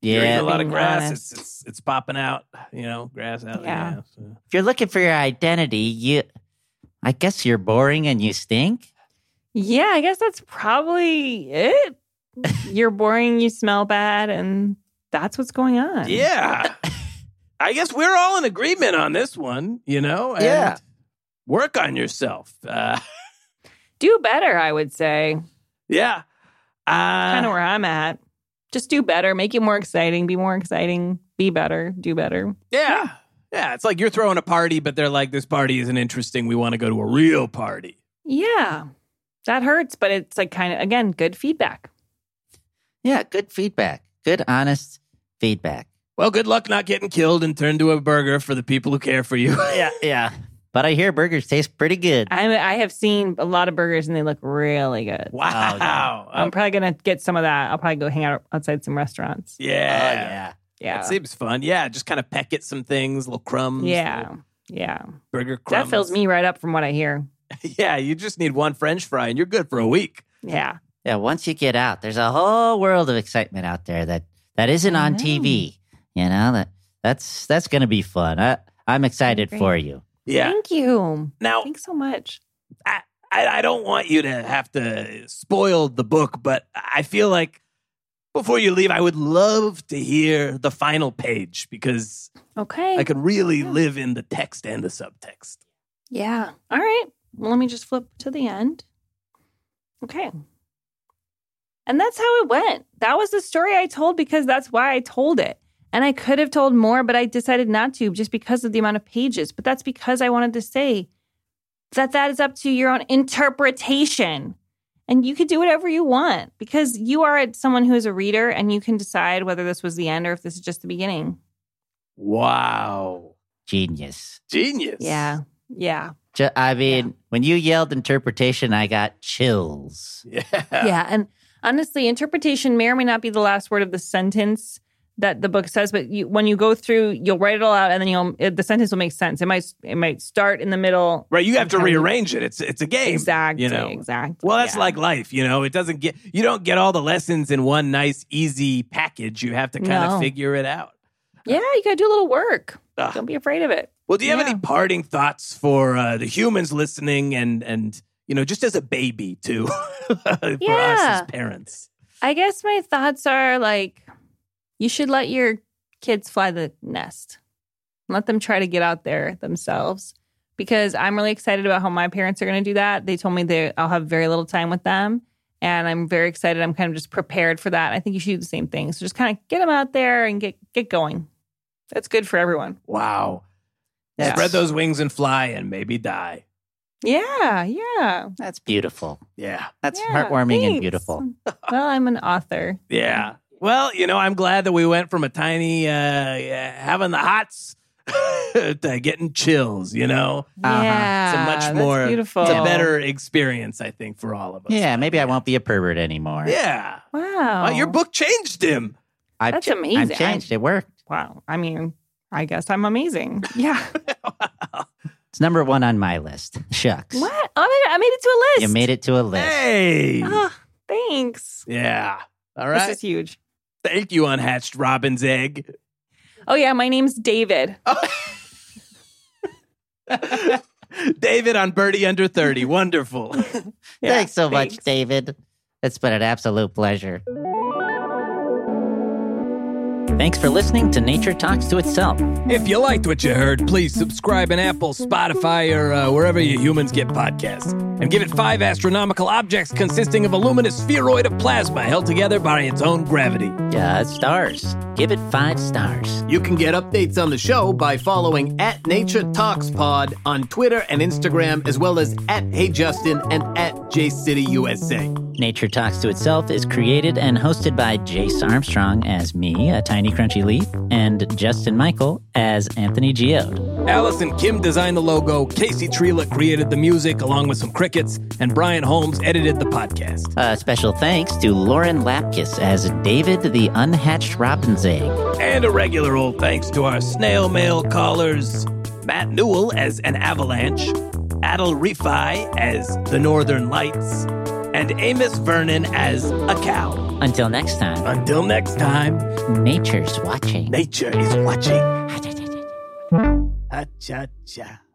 Speaker 2: You're eating
Speaker 1: Yeah.
Speaker 2: a lot of
Speaker 3: Being
Speaker 2: grass.
Speaker 3: honest.
Speaker 2: It's, it's it's popping out, you know, grass out.
Speaker 3: Yeah.
Speaker 2: Yeah. so.
Speaker 1: If you're looking for your identity, you I guess you're boring and you stink.
Speaker 3: Yeah, I guess that's probably it. You're boring, you smell bad, and that's what's going on.
Speaker 2: Yeah. I guess we're all in agreement on this one, you know? and
Speaker 1: Yeah.
Speaker 2: Work on yourself. Uh,
Speaker 3: Do better, I would say.
Speaker 2: yeah. Uh,
Speaker 3: kind of where I'm at. Just do better, make it more exciting, be more exciting, be better, do better.
Speaker 2: yeah. Yeah. It's like you're throwing a party, but they're like, this party isn't interesting. We want to go to a real party.
Speaker 3: Yeah. That hurts, but it's like kind of again, good feedback.
Speaker 1: Yeah, good feedback. Good honest feedback.
Speaker 2: Well, good luck not getting killed and turned to a burger for the people who care for you.
Speaker 1: Yeah, yeah. But I hear burgers taste pretty good.
Speaker 3: I I have seen a lot of burgers and they look really good.
Speaker 2: wow. Um,
Speaker 3: I'm probably gonna get some of that. I'll probably go hang out outside some restaurants.
Speaker 1: Oh,
Speaker 2: yeah.
Speaker 1: yeah.
Speaker 3: Yeah.
Speaker 2: That seems fun. Yeah. Just kind of peck at some things, little crumbs.
Speaker 3: yeah.
Speaker 2: little
Speaker 3: Yeah.
Speaker 2: Burger crumbs.
Speaker 3: That fills me right up from what I hear.
Speaker 2: yeah. You just need one French fry and you're good for a week.
Speaker 3: Yeah.
Speaker 1: Yeah, once you get out, there's a whole world of excitement out there that that isn't
Speaker 3: I
Speaker 1: on
Speaker 3: know.
Speaker 1: TV. You know, that that's that's going to be fun. I I'm excited
Speaker 3: Agree.
Speaker 1: for you.
Speaker 2: Yeah.
Speaker 3: Thank you.
Speaker 2: Now,
Speaker 3: Thanks so much.
Speaker 2: I, I don't want you to have to spoil the book, but I feel like before you leave, I would love to hear the final page because
Speaker 3: Okay.
Speaker 2: I could really
Speaker 3: Yeah.
Speaker 2: live in the text and the subtext.
Speaker 3: Yeah. All right. Well, let me just flip to the end. Okay. And that's how it went. That was the story I told because that's why I told it. And I could have told more, but I decided not to just because of the amount of pages. But that's because I wanted to say that that is up to your own interpretation. And you could do whatever you want because you are someone who is a reader and you can decide whether this was the end or if this is just the beginning.
Speaker 2: Wow.
Speaker 1: Genius.
Speaker 2: Genius.
Speaker 3: Yeah.
Speaker 1: Ju- I mean, when you yelled interpretation, I got chills.
Speaker 2: Yeah.
Speaker 3: yeah and honestly interpretation may or may not be the last word of the sentence that the book says but you, when you go through you'll write it all out and then you'll it, the sentence will make sense it might it might start in the middle
Speaker 2: Right. You have to
Speaker 3: Sometimes-
Speaker 2: rearrange it. It's it's a game.
Speaker 3: exactly
Speaker 2: You know.
Speaker 3: exactly
Speaker 2: Well, that's
Speaker 3: yeah.
Speaker 2: like life, you know. It doesn't get you don't get all the lessons in one nice, easy package. You have to kind
Speaker 3: No.
Speaker 2: of figure it out.
Speaker 3: yeah you gotta do a little work
Speaker 2: Ugh.
Speaker 3: don't be afraid of it
Speaker 2: Well, do you have
Speaker 3: Yeah.
Speaker 2: any parting thoughts for uh, the humans listening and and you know just as a baby too for us
Speaker 3: Yeah.
Speaker 2: as parents?
Speaker 3: i guess my thoughts are like you should let your kids fly the nest let them try to get out there themselves because i'm really excited about how my parents are going to do that they told me that i'll have very little time with them and i'm very excited i'm kind of just prepared for that i think you should do the same thing so just kind of get them out there and get get going that's good for everyone
Speaker 2: Wow!
Speaker 1: Yes.
Speaker 2: Spread those wings and fly, and maybe die.
Speaker 3: yeah yeah
Speaker 1: That's beautiful.
Speaker 2: Yeah,
Speaker 1: That's
Speaker 3: Yeah,
Speaker 1: heartwarming
Speaker 3: thanks.
Speaker 1: and beautiful.
Speaker 3: well i'm an author Mm-hmm.
Speaker 2: yeah. Well, you know, I'm glad that we went from a tiny uh, yeah, having the hots to getting chills. You know,
Speaker 1: Uh-huh.
Speaker 3: yeah
Speaker 2: it's a much
Speaker 3: Ah, that's
Speaker 2: more
Speaker 3: beautiful
Speaker 2: it's a better experience, I think, for all of us.
Speaker 1: Yeah, maybe I won't be a pervert anymore.
Speaker 2: Yeah,
Speaker 3: wow
Speaker 2: Wow, your book changed him.
Speaker 1: i
Speaker 3: That's
Speaker 1: I
Speaker 3: amazing.
Speaker 1: changed. It worked.
Speaker 3: wow i mean i guess i'm amazing yeah
Speaker 1: It's number one on my list. Shucks.
Speaker 3: what oh, I, made, I made it to a list
Speaker 1: You made it to a list.
Speaker 2: Hey.
Speaker 3: Oh, thanks.
Speaker 2: Yeah. All right.
Speaker 3: This is huge.
Speaker 2: Thank you, Unhatched Robin's Egg.
Speaker 3: Oh yeah, my name's David.
Speaker 1: Oh,
Speaker 2: David on Birdie Under 30. Wonderful.
Speaker 3: Yeah,
Speaker 1: thanks so much,
Speaker 3: thanks.
Speaker 1: David. It's been an absolute pleasure. Thanks for listening to Nature Talks to Itself.
Speaker 2: if you liked what you heard, please subscribe in Apple, Spotify, or uh, wherever you humans get podcasts. And give it five astronomical objects consisting of a luminous spheroid of plasma held together by its own gravity.
Speaker 1: Yeah, Uh, stars. Give it five stars.
Speaker 7: You can get updates on the show by following at Nature Talks Pod on Twitter and Instagram, as well as at Hey Justin and at JCityUSA.
Speaker 1: Nature Talks to Itself is created and hosted by Jace Armstrong as me, a tiny crunchy leaf, and Justin Michael as Anthony Geode.
Speaker 2: Alice and Kim designed the logo, Casey Trela created the music along with some crickets, and Brian Holmes edited the podcast.
Speaker 1: Uh, special thanks to Lauren Lapkus as David the Unhatched Robin's Egg.
Speaker 2: And a regular old thanks to our snail mail callers Matt Newell as an avalanche, Adel Refi as the Northern Lights, and Amos Vernon as a cow.
Speaker 1: Until next time,
Speaker 2: Until next time,
Speaker 1: nature's watching.
Speaker 2: nature is watching. Ha cha cha.